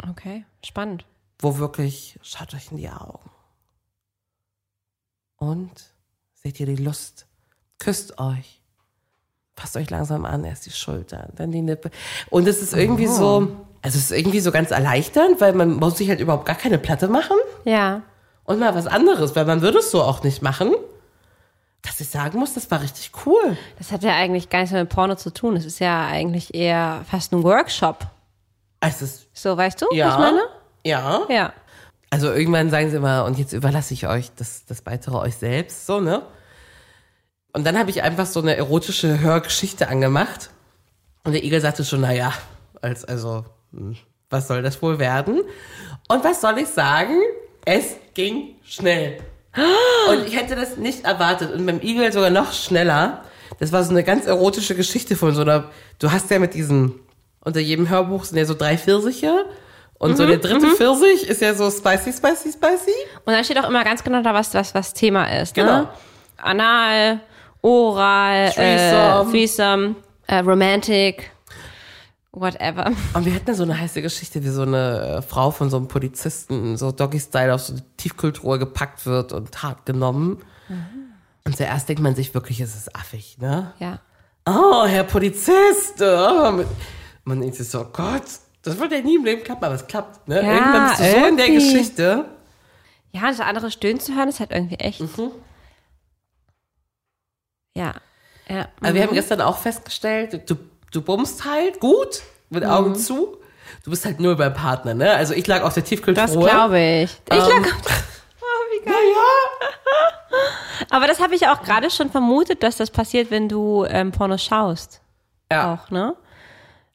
[SPEAKER 1] Okay, spannend.
[SPEAKER 2] wo wirklich, schaut euch in die Augen und seht ihr die Lust, küsst euch, passt euch langsam an, erst die Schultern, dann die Nippe. Und es ist irgendwie so, also es ist irgendwie so ganz erleichternd, weil man muss sich halt überhaupt gar keine Platte machen.
[SPEAKER 1] Ja.
[SPEAKER 2] und mal was anderes, weil man würde es so auch nicht machen. Dass ich sagen muss, das war richtig cool.
[SPEAKER 1] Das hat ja eigentlich gar nichts mehr mit Porno zu tun. Das ist ja eigentlich eher fast ein Workshop.
[SPEAKER 2] Also es,
[SPEAKER 1] So, weißt du,
[SPEAKER 2] ja,
[SPEAKER 1] was ich meine?
[SPEAKER 2] ja.
[SPEAKER 1] Ja.
[SPEAKER 2] Also irgendwann sagen sie immer, und jetzt überlasse ich euch das, das Weitere euch selbst, so, ne? Und dann habe ich einfach so eine erotische Hörgeschichte angemacht. Und der Igel sagte schon, naja, als, also, hm, was soll das wohl werden? Und was soll ich sagen? Es ging schnell. Und ich hätte das nicht erwartet. Und beim Igel sogar noch schneller. Das war so eine ganz erotische Geschichte von so einer. Du hast ja mit diesem. Unter jedem Hörbuch sind ja so drei Pfirsiche. Und
[SPEAKER 1] Mhm,
[SPEAKER 2] so der dritte Pfirsich ist ja so spicy, spicy, spicy.
[SPEAKER 1] Und dann steht auch immer ganz genau da, was, was, was Thema ist. Ne?
[SPEAKER 2] Genau.
[SPEAKER 1] Anal Oral,
[SPEAKER 2] Threesome.
[SPEAKER 1] äh, Threesome äh, Romantic, whatever.
[SPEAKER 2] Und wir hätten ja so eine heiße Geschichte, wie so eine äh, Frau von so einem Polizisten, so Doggy-Style auf so eine Tiefkultur gepackt wird und hart genommen.
[SPEAKER 1] Mhm.
[SPEAKER 2] Und zuerst denkt man sich wirklich, es ist affig, ne?
[SPEAKER 1] Ja.
[SPEAKER 2] Oh, Herr Polizist! Oh. Man denkt sich so, oh Gott, das wird ja nie im Leben klappen, aber es klappt, ne?
[SPEAKER 1] Ja,
[SPEAKER 2] Irgendwann bist du so in der
[SPEAKER 1] irgendwie.
[SPEAKER 2] Geschichte.
[SPEAKER 1] Ja, das andere Stöhnen zu hören, ist halt irgendwie echt.
[SPEAKER 2] Mhm.
[SPEAKER 1] Ja. ja.
[SPEAKER 2] Also wir haben gestern auch festgestellt, du, du bummst halt gut, mit Augen
[SPEAKER 1] Mhm.
[SPEAKER 2] zu. Du bist halt nur beim Partner, ne? Also ich lag auf der Tiefkühltruhe.
[SPEAKER 1] das glaube ich. Ich lag,
[SPEAKER 2] Ähm.
[SPEAKER 1] Oh,
[SPEAKER 2] Naja,
[SPEAKER 1] aber das habe ich auch gerade schon vermutet, dass das passiert, wenn du ähm, Pornos schaust.
[SPEAKER 2] Ja.
[SPEAKER 1] Auch, ne?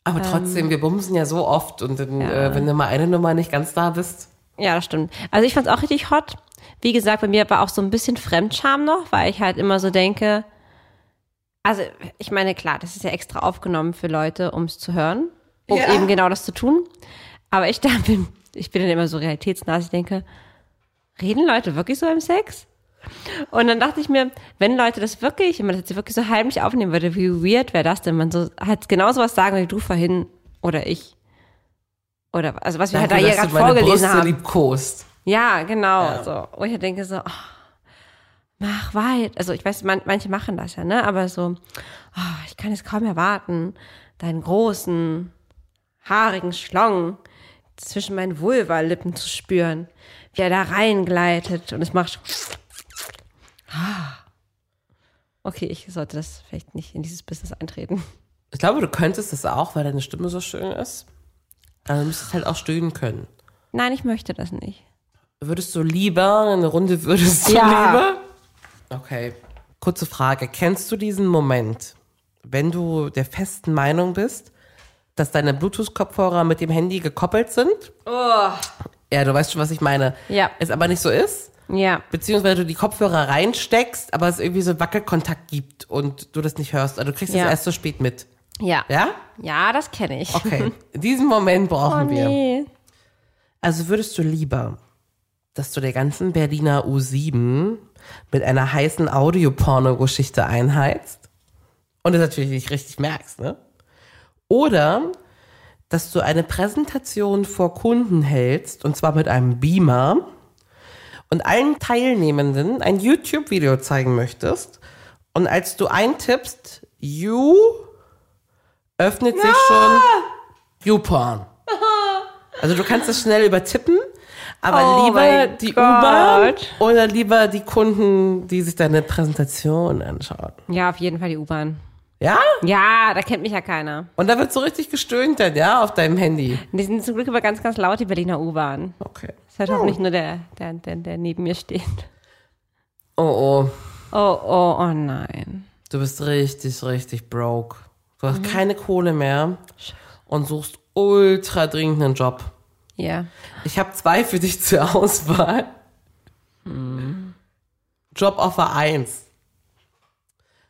[SPEAKER 2] aber trotzdem, wir bumsen ja so oft und dann, äh, wenn du mal eine Nummer nicht ganz da bist.
[SPEAKER 1] Ja, das stimmt. Also ich fand's auch richtig hot. Wie gesagt, bei mir war auch so ein bisschen Fremdscham noch, weil ich halt immer so denke, also ich meine, klar, das ist ja extra aufgenommen für Leute, ums zu hören, um
[SPEAKER 2] Ja.
[SPEAKER 1] eben genau das zu tun. Aber ich da bin, ich bin dann immer so realitätsnah, dass ich denke, reden Leute wirklich so im Sex? Und dann dachte ich mir, wenn Leute das wirklich, wenn man das jetzt wirklich so heimlich aufnehmen würde, wie weird wäre das denn? Man so halt genau sowas sagen wie du vorhin oder ich. Oder also was wir halt da hier
[SPEAKER 2] dass
[SPEAKER 1] gerade
[SPEAKER 2] du meine
[SPEAKER 1] vorgelesen
[SPEAKER 2] Brüste
[SPEAKER 1] haben.
[SPEAKER 2] liebkost.
[SPEAKER 1] Ja, genau. So. Wo ich denke so, oh, mach weit. Also ich weiß, man, manche machen das ja, ne? Aber so, oh, ich kann es kaum erwarten, deinen großen, haarigen Schlong zwischen meinen Vulva-Lippen zu spüren, wie er da reingleitet und es macht. Ah. Okay, ich sollte das vielleicht nicht in dieses Business eintreten.
[SPEAKER 2] Ich glaube, du könntest das auch, weil deine Stimme so schön ist. Aber du müsstest halt auch stöhnen können.
[SPEAKER 1] Nein, ich möchte das nicht.
[SPEAKER 2] Würdest du lieber, eine Runde würdest du
[SPEAKER 1] Ja.
[SPEAKER 2] lieber? Okay. Kurze Frage. Kennst du diesen Moment, wenn du der festen Meinung bist, dass deine Bluetooth-Kopfhörer mit dem Handy gekoppelt sind? Oh. Ja, du weißt schon, was ich meine.
[SPEAKER 1] Ja.
[SPEAKER 2] Es aber nicht so ist?
[SPEAKER 1] Ja.
[SPEAKER 2] Beziehungsweise du die Kopfhörer reinsteckst, aber es irgendwie so Wackelkontakt gibt und du das nicht hörst. Also du kriegst
[SPEAKER 1] Ja.
[SPEAKER 2] das erst so spät mit.
[SPEAKER 1] Ja.
[SPEAKER 2] Ja?
[SPEAKER 1] Ja, das kenne ich.
[SPEAKER 2] Okay. Diesen Moment brauchen wir.
[SPEAKER 1] Oh, Nee.
[SPEAKER 2] Also würdest du lieber, dass du der ganzen Berliner U7 mit einer heißen Audioporno-Geschichte einheizt und das natürlich nicht richtig merkst, ne? Oder dass du eine Präsentation vor Kunden hältst und zwar mit einem Beamer und allen Teilnehmenden ein YouTube-Video zeigen möchtest und als du eintippst, you öffnet sich schon YouPorn. Also du kannst es schnell übertippen, aber
[SPEAKER 1] Oh
[SPEAKER 2] lieber
[SPEAKER 1] mein
[SPEAKER 2] die U-Bahn
[SPEAKER 1] Gott.
[SPEAKER 2] oder lieber die Kunden, die sich deine Präsentation anschauen.
[SPEAKER 1] Ja, auf jeden Fall die U-Bahn.
[SPEAKER 2] Ja?
[SPEAKER 1] Ja, da kennt mich ja keiner.
[SPEAKER 2] Und da wird so richtig gestöhnt dann, ja, auf deinem Handy.
[SPEAKER 1] Die sind zum Glück aber ganz, ganz laut, die Berliner U-Bahn.
[SPEAKER 2] Okay.
[SPEAKER 1] Das hört hoffentlich nur der, der, der, der neben mir steht.
[SPEAKER 2] Oh oh,
[SPEAKER 1] Oh, oh, oh nein.
[SPEAKER 2] du bist richtig, richtig broke. Du hast keine Kohle mehr und suchst ultra dringend einen Job.
[SPEAKER 1] Ja.
[SPEAKER 2] Ich habe zwei für dich zur Auswahl. Hm. Job Offer 1.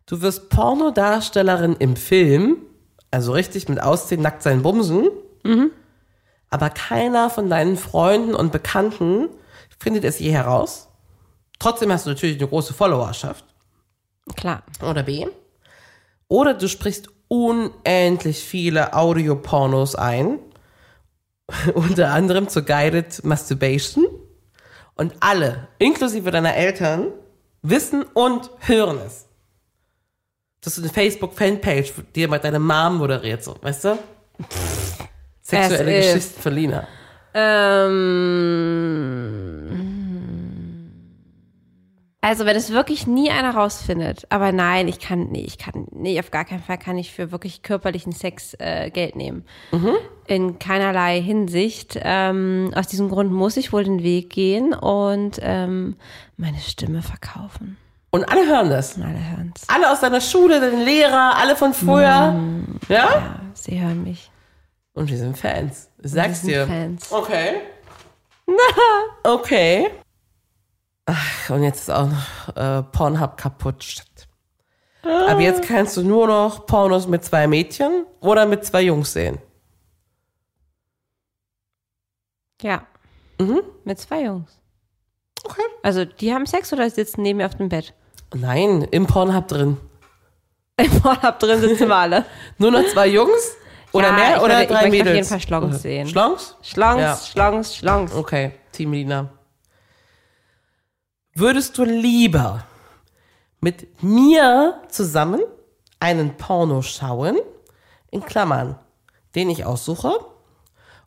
[SPEAKER 2] Du wirst Pornodarstellerin im Film, also richtig mit Aussehen, nackt sein Bumsen. Mhm. Aber keiner von deinen Freunden und Bekannten findet es je heraus. Trotzdem hast du natürlich eine große Followerschaft.
[SPEAKER 1] Klar.
[SPEAKER 2] Oder B. Oder du sprichst unendlich viele Audiopornos ein, unter anderem zur Guided Masturbation. Und alle, inklusive deiner Eltern, wissen und hören es. Dass du eine Facebook-Fanpage, die mal deine Mom moderiert, so, weißt du? Sexuelle
[SPEAKER 1] Es ist-
[SPEAKER 2] Geschichten von Lina.
[SPEAKER 1] Ähm. Also, wenn es wirklich nie einer rausfindet, aber nein, ich kann, nee, ich kann, nee, auf gar keinen Fall kann ich für wirklich körperlichen Sex äh, Geld nehmen. In keinerlei Hinsicht. Ähm, aus diesem Grund muss ich wohl den Weg gehen und ähm, meine Stimme verkaufen.
[SPEAKER 2] Und alle hören das.
[SPEAKER 1] Alle hören's.
[SPEAKER 2] Alle aus deiner Schule, deine Lehrer, alle von früher.
[SPEAKER 1] Mm.
[SPEAKER 2] Ja?
[SPEAKER 1] Sie hören mich.
[SPEAKER 2] Und wir sind Fans. Ich sag's
[SPEAKER 1] sind
[SPEAKER 2] dir.
[SPEAKER 1] Fans.
[SPEAKER 2] Okay. okay. Ach, und jetzt ist auch noch äh, Pornhub kaputt. Shit. Aber jetzt kannst du nur noch Pornos mit zwei Mädchen oder mit zwei Jungs sehen.
[SPEAKER 1] Ja. Mit zwei Jungs.
[SPEAKER 2] Okay.
[SPEAKER 1] Also, die haben Sex oder sitzen neben mir auf dem Bett?
[SPEAKER 2] Nein, im Pornhub drin.
[SPEAKER 1] im Urlaub drin sitzen wir alle.
[SPEAKER 2] Nur noch zwei Jungs? Oder
[SPEAKER 1] Ja,
[SPEAKER 2] mehr?
[SPEAKER 1] ich
[SPEAKER 2] Oder
[SPEAKER 1] würde- ich
[SPEAKER 2] drei
[SPEAKER 1] möchte auf
[SPEAKER 2] Mädels?
[SPEAKER 1] jeden Fall Schlongs sehen.
[SPEAKER 2] Schlongs?
[SPEAKER 1] Schlangs,
[SPEAKER 2] Ja.
[SPEAKER 1] Schlangs, Schlangs.
[SPEAKER 2] Okay, Team Lina. Würdest du lieber mit mir zusammen einen Porno schauen, in Klammern, den ich aussuche,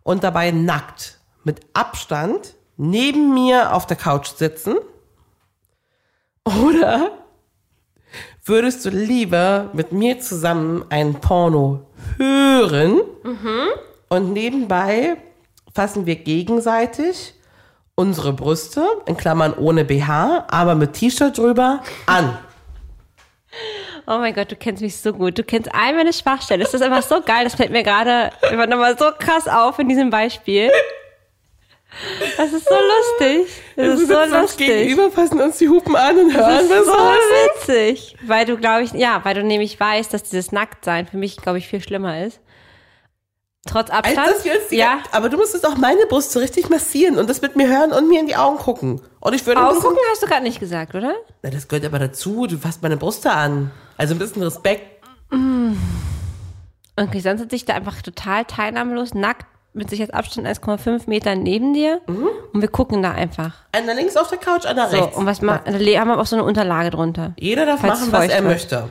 [SPEAKER 2] und dabei nackt mit Abstand neben mir auf der Couch sitzen? Oder würdest du lieber mit mir zusammen einen Porno hören und nebenbei fassen wir gegenseitig unsere Brüste, in Klammern ohne BH, aber mit T-Shirt drüber, an.
[SPEAKER 1] Oh mein Gott, du kennst mich so gut. Du kennst all meine Schwachstellen. Das ist einfach so geil. Das fällt mir gerade einfach nochmal so krass auf in diesem Beispiel. Das ist so lustig. Das ist so
[SPEAKER 2] sitzen uns
[SPEAKER 1] lustig.
[SPEAKER 2] gegenüber, fassen uns die Hupen an und
[SPEAKER 1] Das
[SPEAKER 2] hören
[SPEAKER 1] ist
[SPEAKER 2] das
[SPEAKER 1] so
[SPEAKER 2] an.
[SPEAKER 1] witzig. Weil du, glaube ich, ja, weil du nämlich weißt, dass dieses Nacktsein für mich, glaube ich, viel schlimmer ist. Trotz
[SPEAKER 2] Als
[SPEAKER 1] Abstand.
[SPEAKER 2] dass wir uns die,
[SPEAKER 1] ja.
[SPEAKER 2] Aber du musstest auch meine Brust so richtig massieren und das mit mir hören und mir in die Augen gucken. Und ich würde ein bisschen-
[SPEAKER 1] Augengucken hast du gerade nicht gesagt, oder?
[SPEAKER 2] Na, das gehört aber dazu, du fasst meine Brust da an. Also ein bisschen Respekt.
[SPEAKER 1] Okay, sonst sitze ich da einfach total teilnahmlos, nackt, mit sich als Abstand 1,5 Meter neben dir. Und wir gucken da einfach.
[SPEAKER 2] Einer links auf der Couch, einer
[SPEAKER 1] So,
[SPEAKER 2] rechts.
[SPEAKER 1] und was ma- da le- haben wir auch so eine Unterlage drunter.
[SPEAKER 2] Jeder darf
[SPEAKER 1] Falls
[SPEAKER 2] machen,
[SPEAKER 1] es
[SPEAKER 2] was
[SPEAKER 1] feucht
[SPEAKER 2] er
[SPEAKER 1] wird.
[SPEAKER 2] möchte.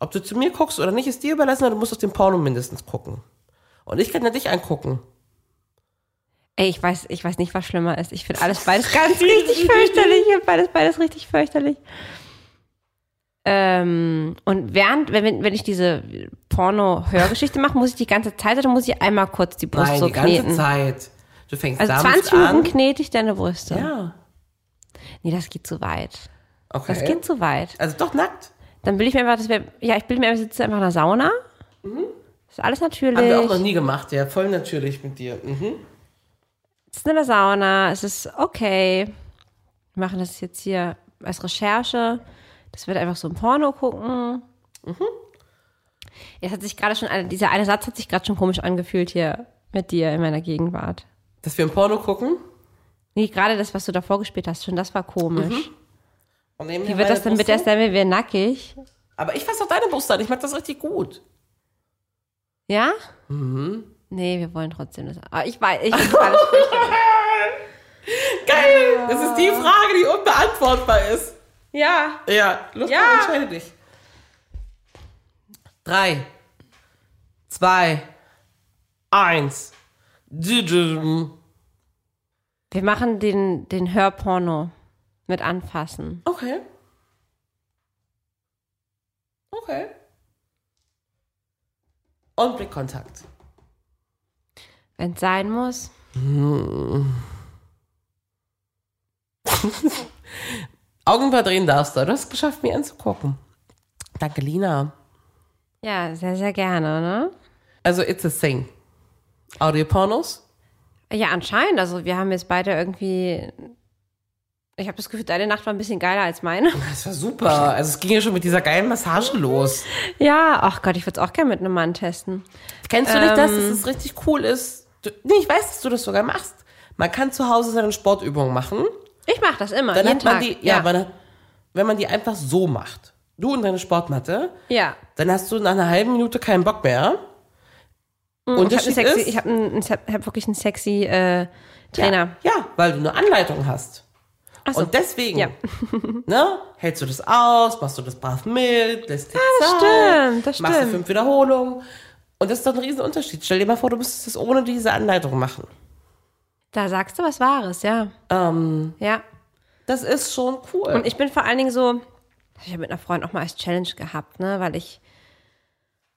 [SPEAKER 2] Ob du zu mir guckst oder nicht, ist dir überlassen, aber du musst auf den Porno mindestens gucken. Und ich kann ja dich angucken.
[SPEAKER 1] Ey, ich weiß, ich weiß nicht, was schlimmer ist. Ich finde alles beides ganz richtig fürchterlich. Ich finde beides, beides richtig fürchterlich. Ähm, und während, wenn, wenn ich diese Porno-Hörgeschichte mache, muss ich die ganze Zeit oder muss ich einmal kurz die Brust
[SPEAKER 2] Nein,
[SPEAKER 1] so
[SPEAKER 2] die ganze
[SPEAKER 1] kneten?
[SPEAKER 2] Zeit. Du fängst
[SPEAKER 1] Also
[SPEAKER 2] damit
[SPEAKER 1] 20
[SPEAKER 2] an.
[SPEAKER 1] Minuten knete ich deine Brüste.
[SPEAKER 2] Ja.
[SPEAKER 1] Nee, das geht zu weit.
[SPEAKER 2] Okay.
[SPEAKER 1] Das geht zu weit.
[SPEAKER 2] Also doch nackt.
[SPEAKER 1] Dann will ich mir einfach, das wär, ja, ich bilde mir einfach, ich sitze einfach in einer Sauna. Ist alles natürlich.
[SPEAKER 2] Mhm. Haben wir auch noch nie gemacht, ja. Voll natürlich mit dir. Mhm.
[SPEAKER 1] Es ist in der Sauna, es ist okay. Wir machen das jetzt hier als Recherche. Das wird einfach so ein Porno gucken. Mhm. Jetzt hat sich gerade schon, ein- dieser eine Satz hat sich gerade schon komisch angefühlt hier mit dir in meiner Gegenwart.
[SPEAKER 2] Dass wir ein Porno gucken.
[SPEAKER 1] Nee, gerade das, was du da vorgespielt hast, schon das war
[SPEAKER 2] Mhm.
[SPEAKER 1] komisch.
[SPEAKER 2] Und nehmen
[SPEAKER 1] Wie wird das denn mit der
[SPEAKER 2] Brust an?
[SPEAKER 1] Stemme, wir nackig?
[SPEAKER 2] Aber ich fasse auch deine Brust an. Ich mag das richtig gut.
[SPEAKER 1] Ja? Mhm. Nee, wir wollen trotzdem das. Aber ich weiß, ich weiß alles fürchterlich.
[SPEAKER 2] Geil! Das ist die Frage, die unbeantwortbar ist.
[SPEAKER 1] Ja.
[SPEAKER 2] Ja, los,
[SPEAKER 1] Ja.
[SPEAKER 2] komm, entscheide dich. Drei, zwei, eins. Didum.
[SPEAKER 1] Wir machen den, den Hörporno mit anfassen.
[SPEAKER 2] Okay. Okay. Und Blickkontakt.
[SPEAKER 1] Wenn es sein muss.
[SPEAKER 2] Augen verdrehen darfst du. Du hast es geschafft, mir anzugucken. Danke, Lina.
[SPEAKER 1] Ja, sehr, sehr gerne, ne?
[SPEAKER 2] Also, it's a thing. Audiopornos?
[SPEAKER 1] Ja, anscheinend. Also wir haben jetzt beide irgendwie. Ich habe das Gefühl, deine Nacht war ein bisschen geiler als meine.
[SPEAKER 2] Das war super. Also, es ging ja schon mit dieser geilen Massage los.
[SPEAKER 1] Ja, ach Gott, ich würde es auch gerne mit einem Mann testen.
[SPEAKER 2] Kennst du nicht das, dass es richtig cool ist? Du, nee, ich weiß, dass du das sogar machst. Man kann zu Hause seine Sportübungen machen.
[SPEAKER 1] Ich mache das immer,
[SPEAKER 2] Dann
[SPEAKER 1] jeden
[SPEAKER 2] hat man
[SPEAKER 1] Tag.
[SPEAKER 2] die, ja, Man hat, wenn man die einfach so macht, du und deine Sportmatte,
[SPEAKER 1] ja. Mm,
[SPEAKER 2] dann hast du nach einer halben Minute keinen Bock mehr.
[SPEAKER 1] Ich habe
[SPEAKER 2] Unterschied
[SPEAKER 1] sexy,
[SPEAKER 2] ist,
[SPEAKER 1] ich hab einen, ich hab, hab wirklich einen sexy äh, Trainer.
[SPEAKER 2] ja, weil du eine Anleitung hast.
[SPEAKER 1] Ach so.
[SPEAKER 2] Und deswegen,
[SPEAKER 1] Ja.
[SPEAKER 2] ne, hältst du das aus, machst du das brav mit, lässt dich
[SPEAKER 1] Ah, das
[SPEAKER 2] Zeit,
[SPEAKER 1] stimmt, das
[SPEAKER 2] machst
[SPEAKER 1] stimmt.
[SPEAKER 2] du fünf Wiederholungen. Und das ist doch ein Riesenunterschied. Stell dir mal vor, du müsstest das ohne diese Anleitung machen.
[SPEAKER 1] Da sagst du was Wahres, ja.
[SPEAKER 2] Ähm,
[SPEAKER 1] Ja.
[SPEAKER 2] das ist schon cool.
[SPEAKER 1] Und ich bin vor allen Dingen so, habe ich ja mit einer Freundin auch mal als Challenge gehabt, ne, weil ich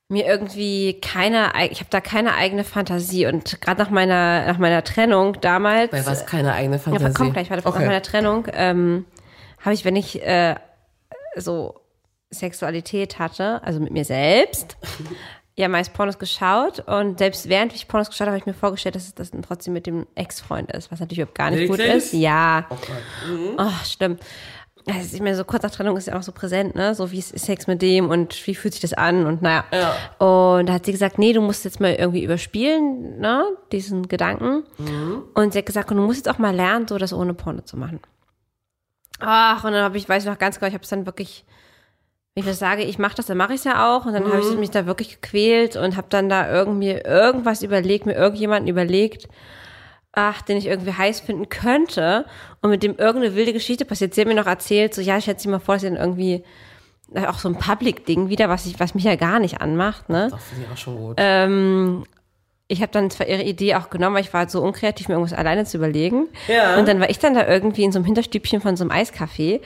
[SPEAKER 1] mir irgendwie keine, eig- ich habe da keine eigene Fantasie und gerade nach meiner nach meiner Trennung damals,
[SPEAKER 2] Bei was keine eigene
[SPEAKER 1] ja,
[SPEAKER 2] Fantasie.
[SPEAKER 1] aber komm gleich, warte, nach meiner Trennung ähm, habe ich, wenn ich äh, so Sexualität hatte, also mit mir selbst, ja meist Pornos geschaut und selbst während ich Pornos geschaut habe, habe ich mir vorgestellt, dass es das dann trotzdem mit dem Ex-Freund ist, was natürlich überhaupt gar nicht gut
[SPEAKER 2] Wirklich?
[SPEAKER 1] ist. Ja. Oh, stimmt. Also ich meine, so kurz nach Trennung ist ja auch so präsent, ne? So wie ist Sex mit dem und wie fühlt sich das an und naja. Und da hat sie gesagt, nee, du musst jetzt mal irgendwie überspielen, ne? Diesen Gedanken. Und sie hat gesagt, und du musst jetzt auch mal lernen, so das ohne Porno zu machen. Ach, und dann habe ich, weiß ich noch ganz genau, ich habe es dann wirklich Wenn ich was sage, ich mache das, dann mache ich es ja auch. Und dann habe ich mich da wirklich gequält und habe dann da irgendwie irgendwas überlegt, mir irgendjemanden überlegt, ach, den ich irgendwie heiß finden könnte. Und mit dem irgendeine wilde Geschichte passiert. Sie hat mir noch erzählt, so ja, ich schätze mal vor, dass ihr dann irgendwie na, auch so ein Public-Ding wieder, was ich, was mich ja gar nicht anmacht, ne?
[SPEAKER 2] Das finde ich auch schon gut.
[SPEAKER 1] Ähm, ich habe dann zwar ihre Idee auch genommen, weil ich war so unkreativ, mir irgendwas alleine zu überlegen.
[SPEAKER 2] Ja.
[SPEAKER 1] Und dann war ich dann da irgendwie in so einem Hinterstübchen von so einem Eiscafé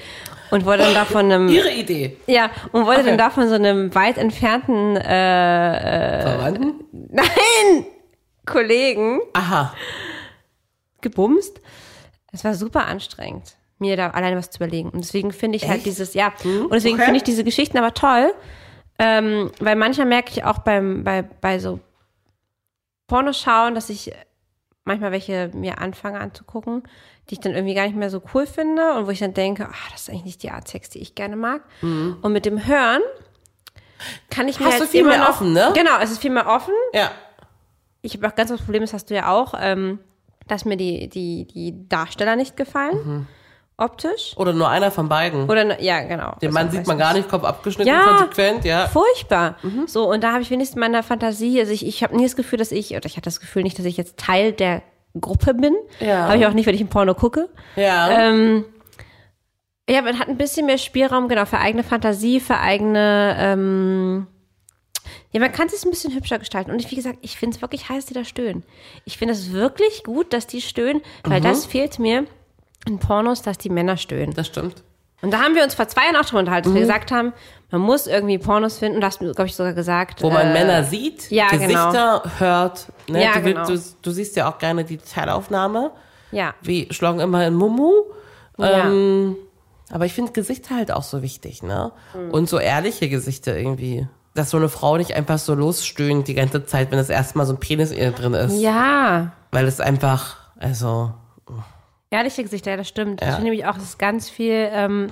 [SPEAKER 1] und wurde dann da von einem,
[SPEAKER 2] Ihre Idee.
[SPEAKER 1] ja, und wurde dann da von so einem weit entfernten äh,
[SPEAKER 2] Verwandten?
[SPEAKER 1] Kollegen
[SPEAKER 2] Aha.
[SPEAKER 1] gebumst. Es war super anstrengend, mir da alleine was zu überlegen. Und deswegen finde ich halt dieses, ja, und deswegen
[SPEAKER 2] Hm? Okay.
[SPEAKER 1] finde ich diese Geschichten aber toll, ähm, weil manchmal merke ich auch beim, bei, bei so Pornos schauen, dass ich manchmal welche mir anfange anzugucken, die ich dann irgendwie gar nicht mehr so cool finde und wo ich dann denke, ah, das ist eigentlich nicht die Art Sex, die ich gerne mag. Und mit dem Hören kann ich mir
[SPEAKER 2] Mhm. Hast du
[SPEAKER 1] halt
[SPEAKER 2] viel
[SPEAKER 1] immer
[SPEAKER 2] mehr
[SPEAKER 1] noch,
[SPEAKER 2] offen, ne?
[SPEAKER 1] Genau, es ist viel mehr offen
[SPEAKER 2] Ja.
[SPEAKER 1] ich habe auch ganz das Problem, das hast du ja auch, ähm, dass mir die, die, die Darsteller nicht gefallen,
[SPEAKER 2] Mhm.
[SPEAKER 1] optisch.
[SPEAKER 2] Oder nur einer von beiden.
[SPEAKER 1] Oder, ne- ja, genau.
[SPEAKER 2] Den Mann
[SPEAKER 1] Also,
[SPEAKER 2] sieht
[SPEAKER 1] weiß
[SPEAKER 2] man Mhm. gar nicht, Kopf abgeschnitten,
[SPEAKER 1] Ja.
[SPEAKER 2] konsequent, ja.
[SPEAKER 1] Furchtbar. So, und da habe ich wenigstens meine Fantasie, also ich, ich habe nie das Gefühl, dass ich, oder ich hatte das Gefühl nicht, dass ich jetzt Teil der Gruppe bin.
[SPEAKER 2] Ja.
[SPEAKER 1] Habe ich auch nicht, wenn ich ein Porno gucke.
[SPEAKER 2] Ja.
[SPEAKER 1] Ähm, ja, man hat ein bisschen mehr Spielraum, genau, für eigene Fantasie, für eigene, ähm, ja, man kann es ein bisschen hübscher gestalten. Und ich, wie gesagt, ich finde es wirklich heiß, die da stöhnen. Ich finde es wirklich gut, dass die stöhnen,
[SPEAKER 2] Mhm.
[SPEAKER 1] weil das fehlt mir in Pornos, dass die Männer stöhnen.
[SPEAKER 2] Das stimmt.
[SPEAKER 1] Und da haben wir uns vor zwei Jahren auch drüber unterhalten, dass
[SPEAKER 2] Mhm.
[SPEAKER 1] wir gesagt haben, man muss irgendwie Pornos finden. Da hast du, glaube ich, sogar gesagt.
[SPEAKER 2] Wo man Männer sieht,
[SPEAKER 1] Äh, ja, genau.
[SPEAKER 2] Gesichter hört. Ne?
[SPEAKER 1] Ja,
[SPEAKER 2] du, will-
[SPEAKER 1] genau.
[SPEAKER 2] du, du siehst ja auch gerne die Teilaufnahme,
[SPEAKER 1] äh, Ja.
[SPEAKER 2] wie schlagen immer in Mumu.
[SPEAKER 1] Ja.
[SPEAKER 2] Ähm, aber ich finde Gesichter halt auch so wichtig, ne?
[SPEAKER 1] Hm.
[SPEAKER 2] Und so ehrliche Gesichter irgendwie. Dass so eine Frau nicht einfach so losstöhnt die ganze Zeit, wenn das erste Mal so ein Penis in ihr drin ist.
[SPEAKER 1] Ja.
[SPEAKER 2] Weil es einfach, also,
[SPEAKER 1] Ehrliche Gesichter, ja, das stimmt. Ich finde nämlich auch, es ist ganz viel ähm,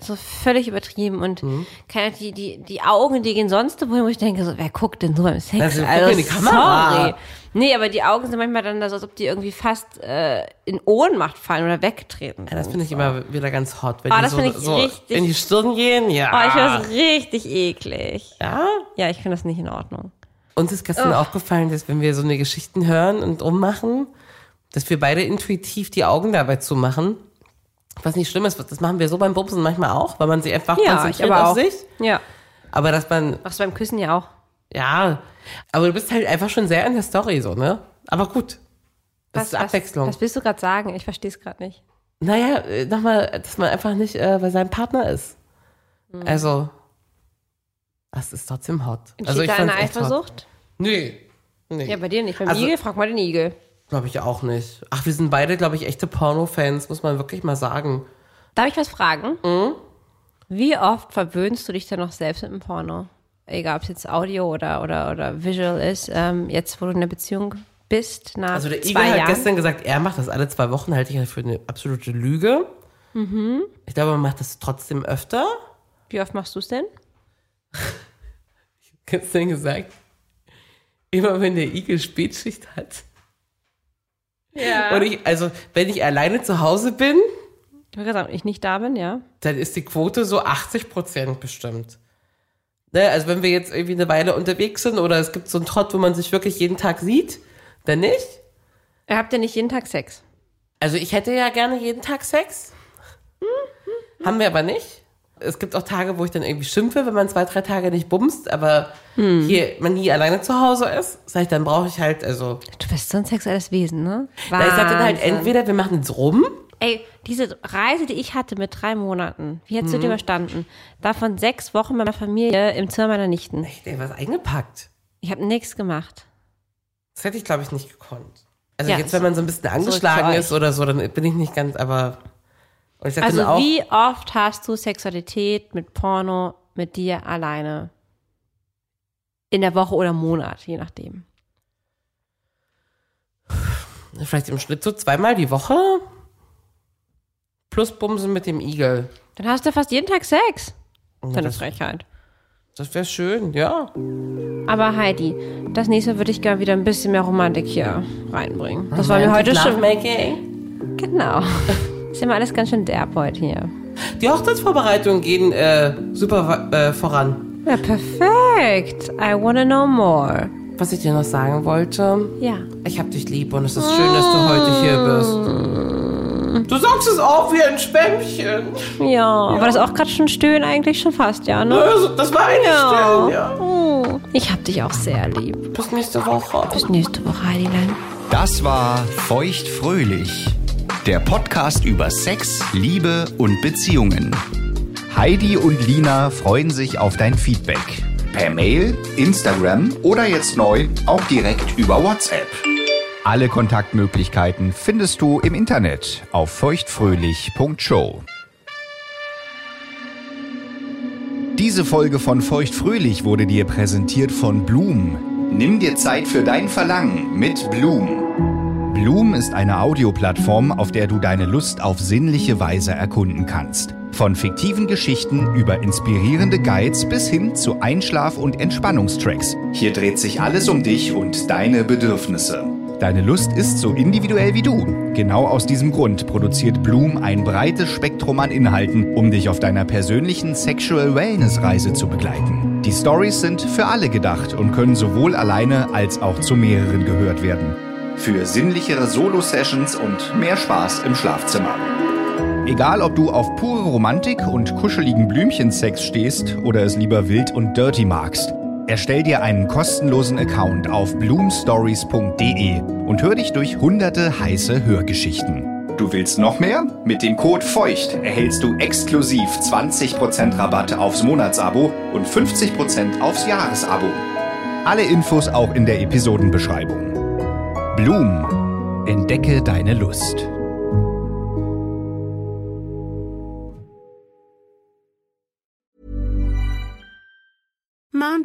[SPEAKER 1] so völlig übertrieben und
[SPEAKER 2] Mhm.
[SPEAKER 1] keine, die, die, die Augen, die gehen sonst wohin, wo ich denke, so, wer guckt denn so beim Sex?
[SPEAKER 2] Also, guck in die Kamera.
[SPEAKER 1] Nee, aber die Augen sind manchmal dann da so, als ob die irgendwie fast äh, in Ohnmacht fallen oder wegtreten.
[SPEAKER 2] ja, das finde ich immer wieder ganz hot, wenn
[SPEAKER 1] Oh,
[SPEAKER 2] die
[SPEAKER 1] das
[SPEAKER 2] so,
[SPEAKER 1] finde ich
[SPEAKER 2] so
[SPEAKER 1] richtig-
[SPEAKER 2] in die Stirn gehen.
[SPEAKER 1] Oh, ich
[SPEAKER 2] Ja.
[SPEAKER 1] finde das richtig eklig.
[SPEAKER 2] ja.
[SPEAKER 1] Ja, ich finde das nicht in Ordnung.
[SPEAKER 2] Uns ist gestern aufgefallen, dass wenn wir so eine Geschichten hören und ummachen, dass wir beide intuitiv die Augen dabei zumachen. Was nicht schlimm ist, das machen wir so beim Bumsen manchmal auch, weil man sich einfach
[SPEAKER 1] Ja, ich
[SPEAKER 2] konzentriert
[SPEAKER 1] aber
[SPEAKER 2] auf
[SPEAKER 1] auch.
[SPEAKER 2] sich.
[SPEAKER 1] Ja.
[SPEAKER 2] Aber dass man,
[SPEAKER 1] Machst du beim Küssen ja auch.
[SPEAKER 2] ja, aber du bist halt einfach schon sehr in der Story so, ne? Aber gut. Das ist Abwechslung.
[SPEAKER 1] Was, was willst du gerade sagen? Ich verstehe es gerade nicht.
[SPEAKER 2] naja, äh, nochmal, dass man einfach nicht äh, bei seinem Partner ist.
[SPEAKER 1] Mhm.
[SPEAKER 2] Also, das ist trotzdem hot. also
[SPEAKER 1] Entsteht da eine
[SPEAKER 2] fand's echt hot.
[SPEAKER 1] Eifersucht?
[SPEAKER 2] Nee. nee.
[SPEAKER 1] Ja, bei dir nicht. Beim
[SPEAKER 2] Also-
[SPEAKER 1] Igel? Frag mal den Igel.
[SPEAKER 2] Glaube ich auch nicht. Ach, wir sind beide, glaube ich, echte Porno-Fans, muss man wirklich mal sagen.
[SPEAKER 1] Darf ich was fragen?
[SPEAKER 2] Mhm.
[SPEAKER 1] Wie oft verwöhnst du dich denn noch selbst mit dem Porno? Egal, ob es jetzt Audio oder, oder, oder Visual ist. Ähm, jetzt, wo du in der Beziehung bist, nach
[SPEAKER 2] Also der Igel
[SPEAKER 1] zwei
[SPEAKER 2] hat
[SPEAKER 1] Jahren.
[SPEAKER 2] gestern gesagt, er macht das alle zwei Wochen, halte ich halt für eine absolute Lüge.
[SPEAKER 1] Mhm.
[SPEAKER 2] Ich glaube, man macht das trotzdem öfter.
[SPEAKER 1] Wie oft machst du es denn?
[SPEAKER 2] Gestern gesagt, immer wenn der Igel Spätschicht hat.
[SPEAKER 1] Ja.
[SPEAKER 2] Und ich, also, wenn ich alleine zu Hause bin,
[SPEAKER 1] Ich habe gesagt, ich nicht da bin, ja.
[SPEAKER 2] dann ist die Quote so 80 Prozent bestimmt. Ne, also wenn wir jetzt irgendwie eine Weile unterwegs sind oder es gibt so einen Trott, wo man sich wirklich jeden Tag sieht, dann nicht.
[SPEAKER 1] Habt ihr nicht jeden Tag Sex?
[SPEAKER 2] Also ich hätte ja gerne jeden Tag Sex. Haben wir aber nicht. Es gibt auch Tage, wo ich dann irgendwie schimpfe, wenn man zwei, drei Tage nicht bumst, aber
[SPEAKER 1] Hm.
[SPEAKER 2] hier, man nie alleine zu Hause ist, sag ich, dann brauche ich halt, also,
[SPEAKER 1] Du bist so ein sexuelles Wesen, ne?
[SPEAKER 2] da ich sag dann halt
[SPEAKER 1] Wahnsinn.
[SPEAKER 2] entweder wir machen es rum,
[SPEAKER 1] Ey, diese Reise, die ich hatte mit drei Monaten, wie hättest du
[SPEAKER 2] Mhm.
[SPEAKER 1] die überstanden? Davon sechs Wochen meiner Familie im Zimmer meiner Nichten.
[SPEAKER 2] ich hätte was eingepackt.
[SPEAKER 1] Ich habe nichts gemacht.
[SPEAKER 2] Das hätte ich, glaube ich, nicht gekonnt. Also
[SPEAKER 1] Ja,
[SPEAKER 2] jetzt,
[SPEAKER 1] so-
[SPEAKER 2] wenn man so ein bisschen
[SPEAKER 1] zu
[SPEAKER 2] angeschlagen
[SPEAKER 1] euch.
[SPEAKER 2] ist oder so, dann bin ich nicht ganz, aber, und ich sag
[SPEAKER 1] Also
[SPEAKER 2] dann auch,
[SPEAKER 1] wie oft hast du Sexualität mit Porno mit dir alleine? In der Woche oder Monat, je nachdem.
[SPEAKER 2] vielleicht im Schnitt so zweimal die Woche, plus Bumsen mit dem Igel.
[SPEAKER 1] Dann hast du fast jeden Tag Sex.
[SPEAKER 2] Ja,
[SPEAKER 1] Deine
[SPEAKER 2] Oh, das-
[SPEAKER 1] Frechheit.
[SPEAKER 2] Das wäre schön, ja.
[SPEAKER 1] Aber Heidi, das nächste würde ich gerne wieder ein bisschen mehr Romantik hier reinbringen. Das war mir heute schon.
[SPEAKER 2] Lovemaking.
[SPEAKER 1] Genau. Ist immer alles ganz schön derb heute hier.
[SPEAKER 2] Die Hochzeitsvorbereitungen gehen äh, super äh, voran.
[SPEAKER 1] Ja, perfekt. I wanna know more.
[SPEAKER 2] Was ich dir noch sagen wollte,
[SPEAKER 1] Ja.
[SPEAKER 2] ich hab dich lieb und es ist schön, dass du heute hier bist. Mm. Du sagst es auch wie ein Schwämmchen.
[SPEAKER 1] Ja. War das auch gerade schon stöhnen eigentlich schon fast, ja, ne?
[SPEAKER 2] Also, Das das war eine
[SPEAKER 1] Ja.
[SPEAKER 2] Stelle, ja.
[SPEAKER 1] Ich hab dich auch sehr lieb.
[SPEAKER 2] Bis nächste Woche.
[SPEAKER 1] Bis nächste Woche, Heidilein.
[SPEAKER 4] Das war Feuchtfröhlich, der Podcast über Sex, Liebe und Beziehungen. Heidi und Lina freuen sich auf dein Feedback. Per Mail, Instagram oder jetzt neu auch direkt über WhatsApp. Alle Kontaktmöglichkeiten findest du im Internet auf feuchtfröhlich.show. Diese Folge von Feuchtfröhlich wurde dir präsentiert von Blum. Nimm dir Zeit für dein Verlangen mit Blum. Bloom ist eine Audioplattform, auf der du deine Lust auf sinnliche Weise erkunden kannst. Von fiktiven Geschichten über inspirierende Guides bis hin zu Einschlaf- und Entspannungstracks. Hier dreht sich alles um dich und deine Bedürfnisse. Deine Lust ist so individuell wie du. Genau aus diesem Grund produziert Bloom ein breites Spektrum an Inhalten, um dich auf deiner persönlichen Sexual Wellness Reise zu begleiten. Die Stories sind für alle gedacht und können sowohl alleine als auch zu mehreren gehört werden für sinnlichere Solo-Sessions und mehr Spaß im Schlafzimmer. Egal, ob du auf pure Romantik und kuscheligen Blümchensex stehst oder es lieber wild und dirty magst, erstell dir einen kostenlosen Account auf bloomstories.de und hör dich durch hunderte heiße Hörgeschichten. Du willst noch mehr? Mit dem Code FEUCHT erhältst du exklusiv 20% Rabatt aufs Monatsabo und 50% aufs Jahresabo. Alle Infos auch in der Episodenbeschreibung. Blum. Entdecke deine Lust.
[SPEAKER 5] Mom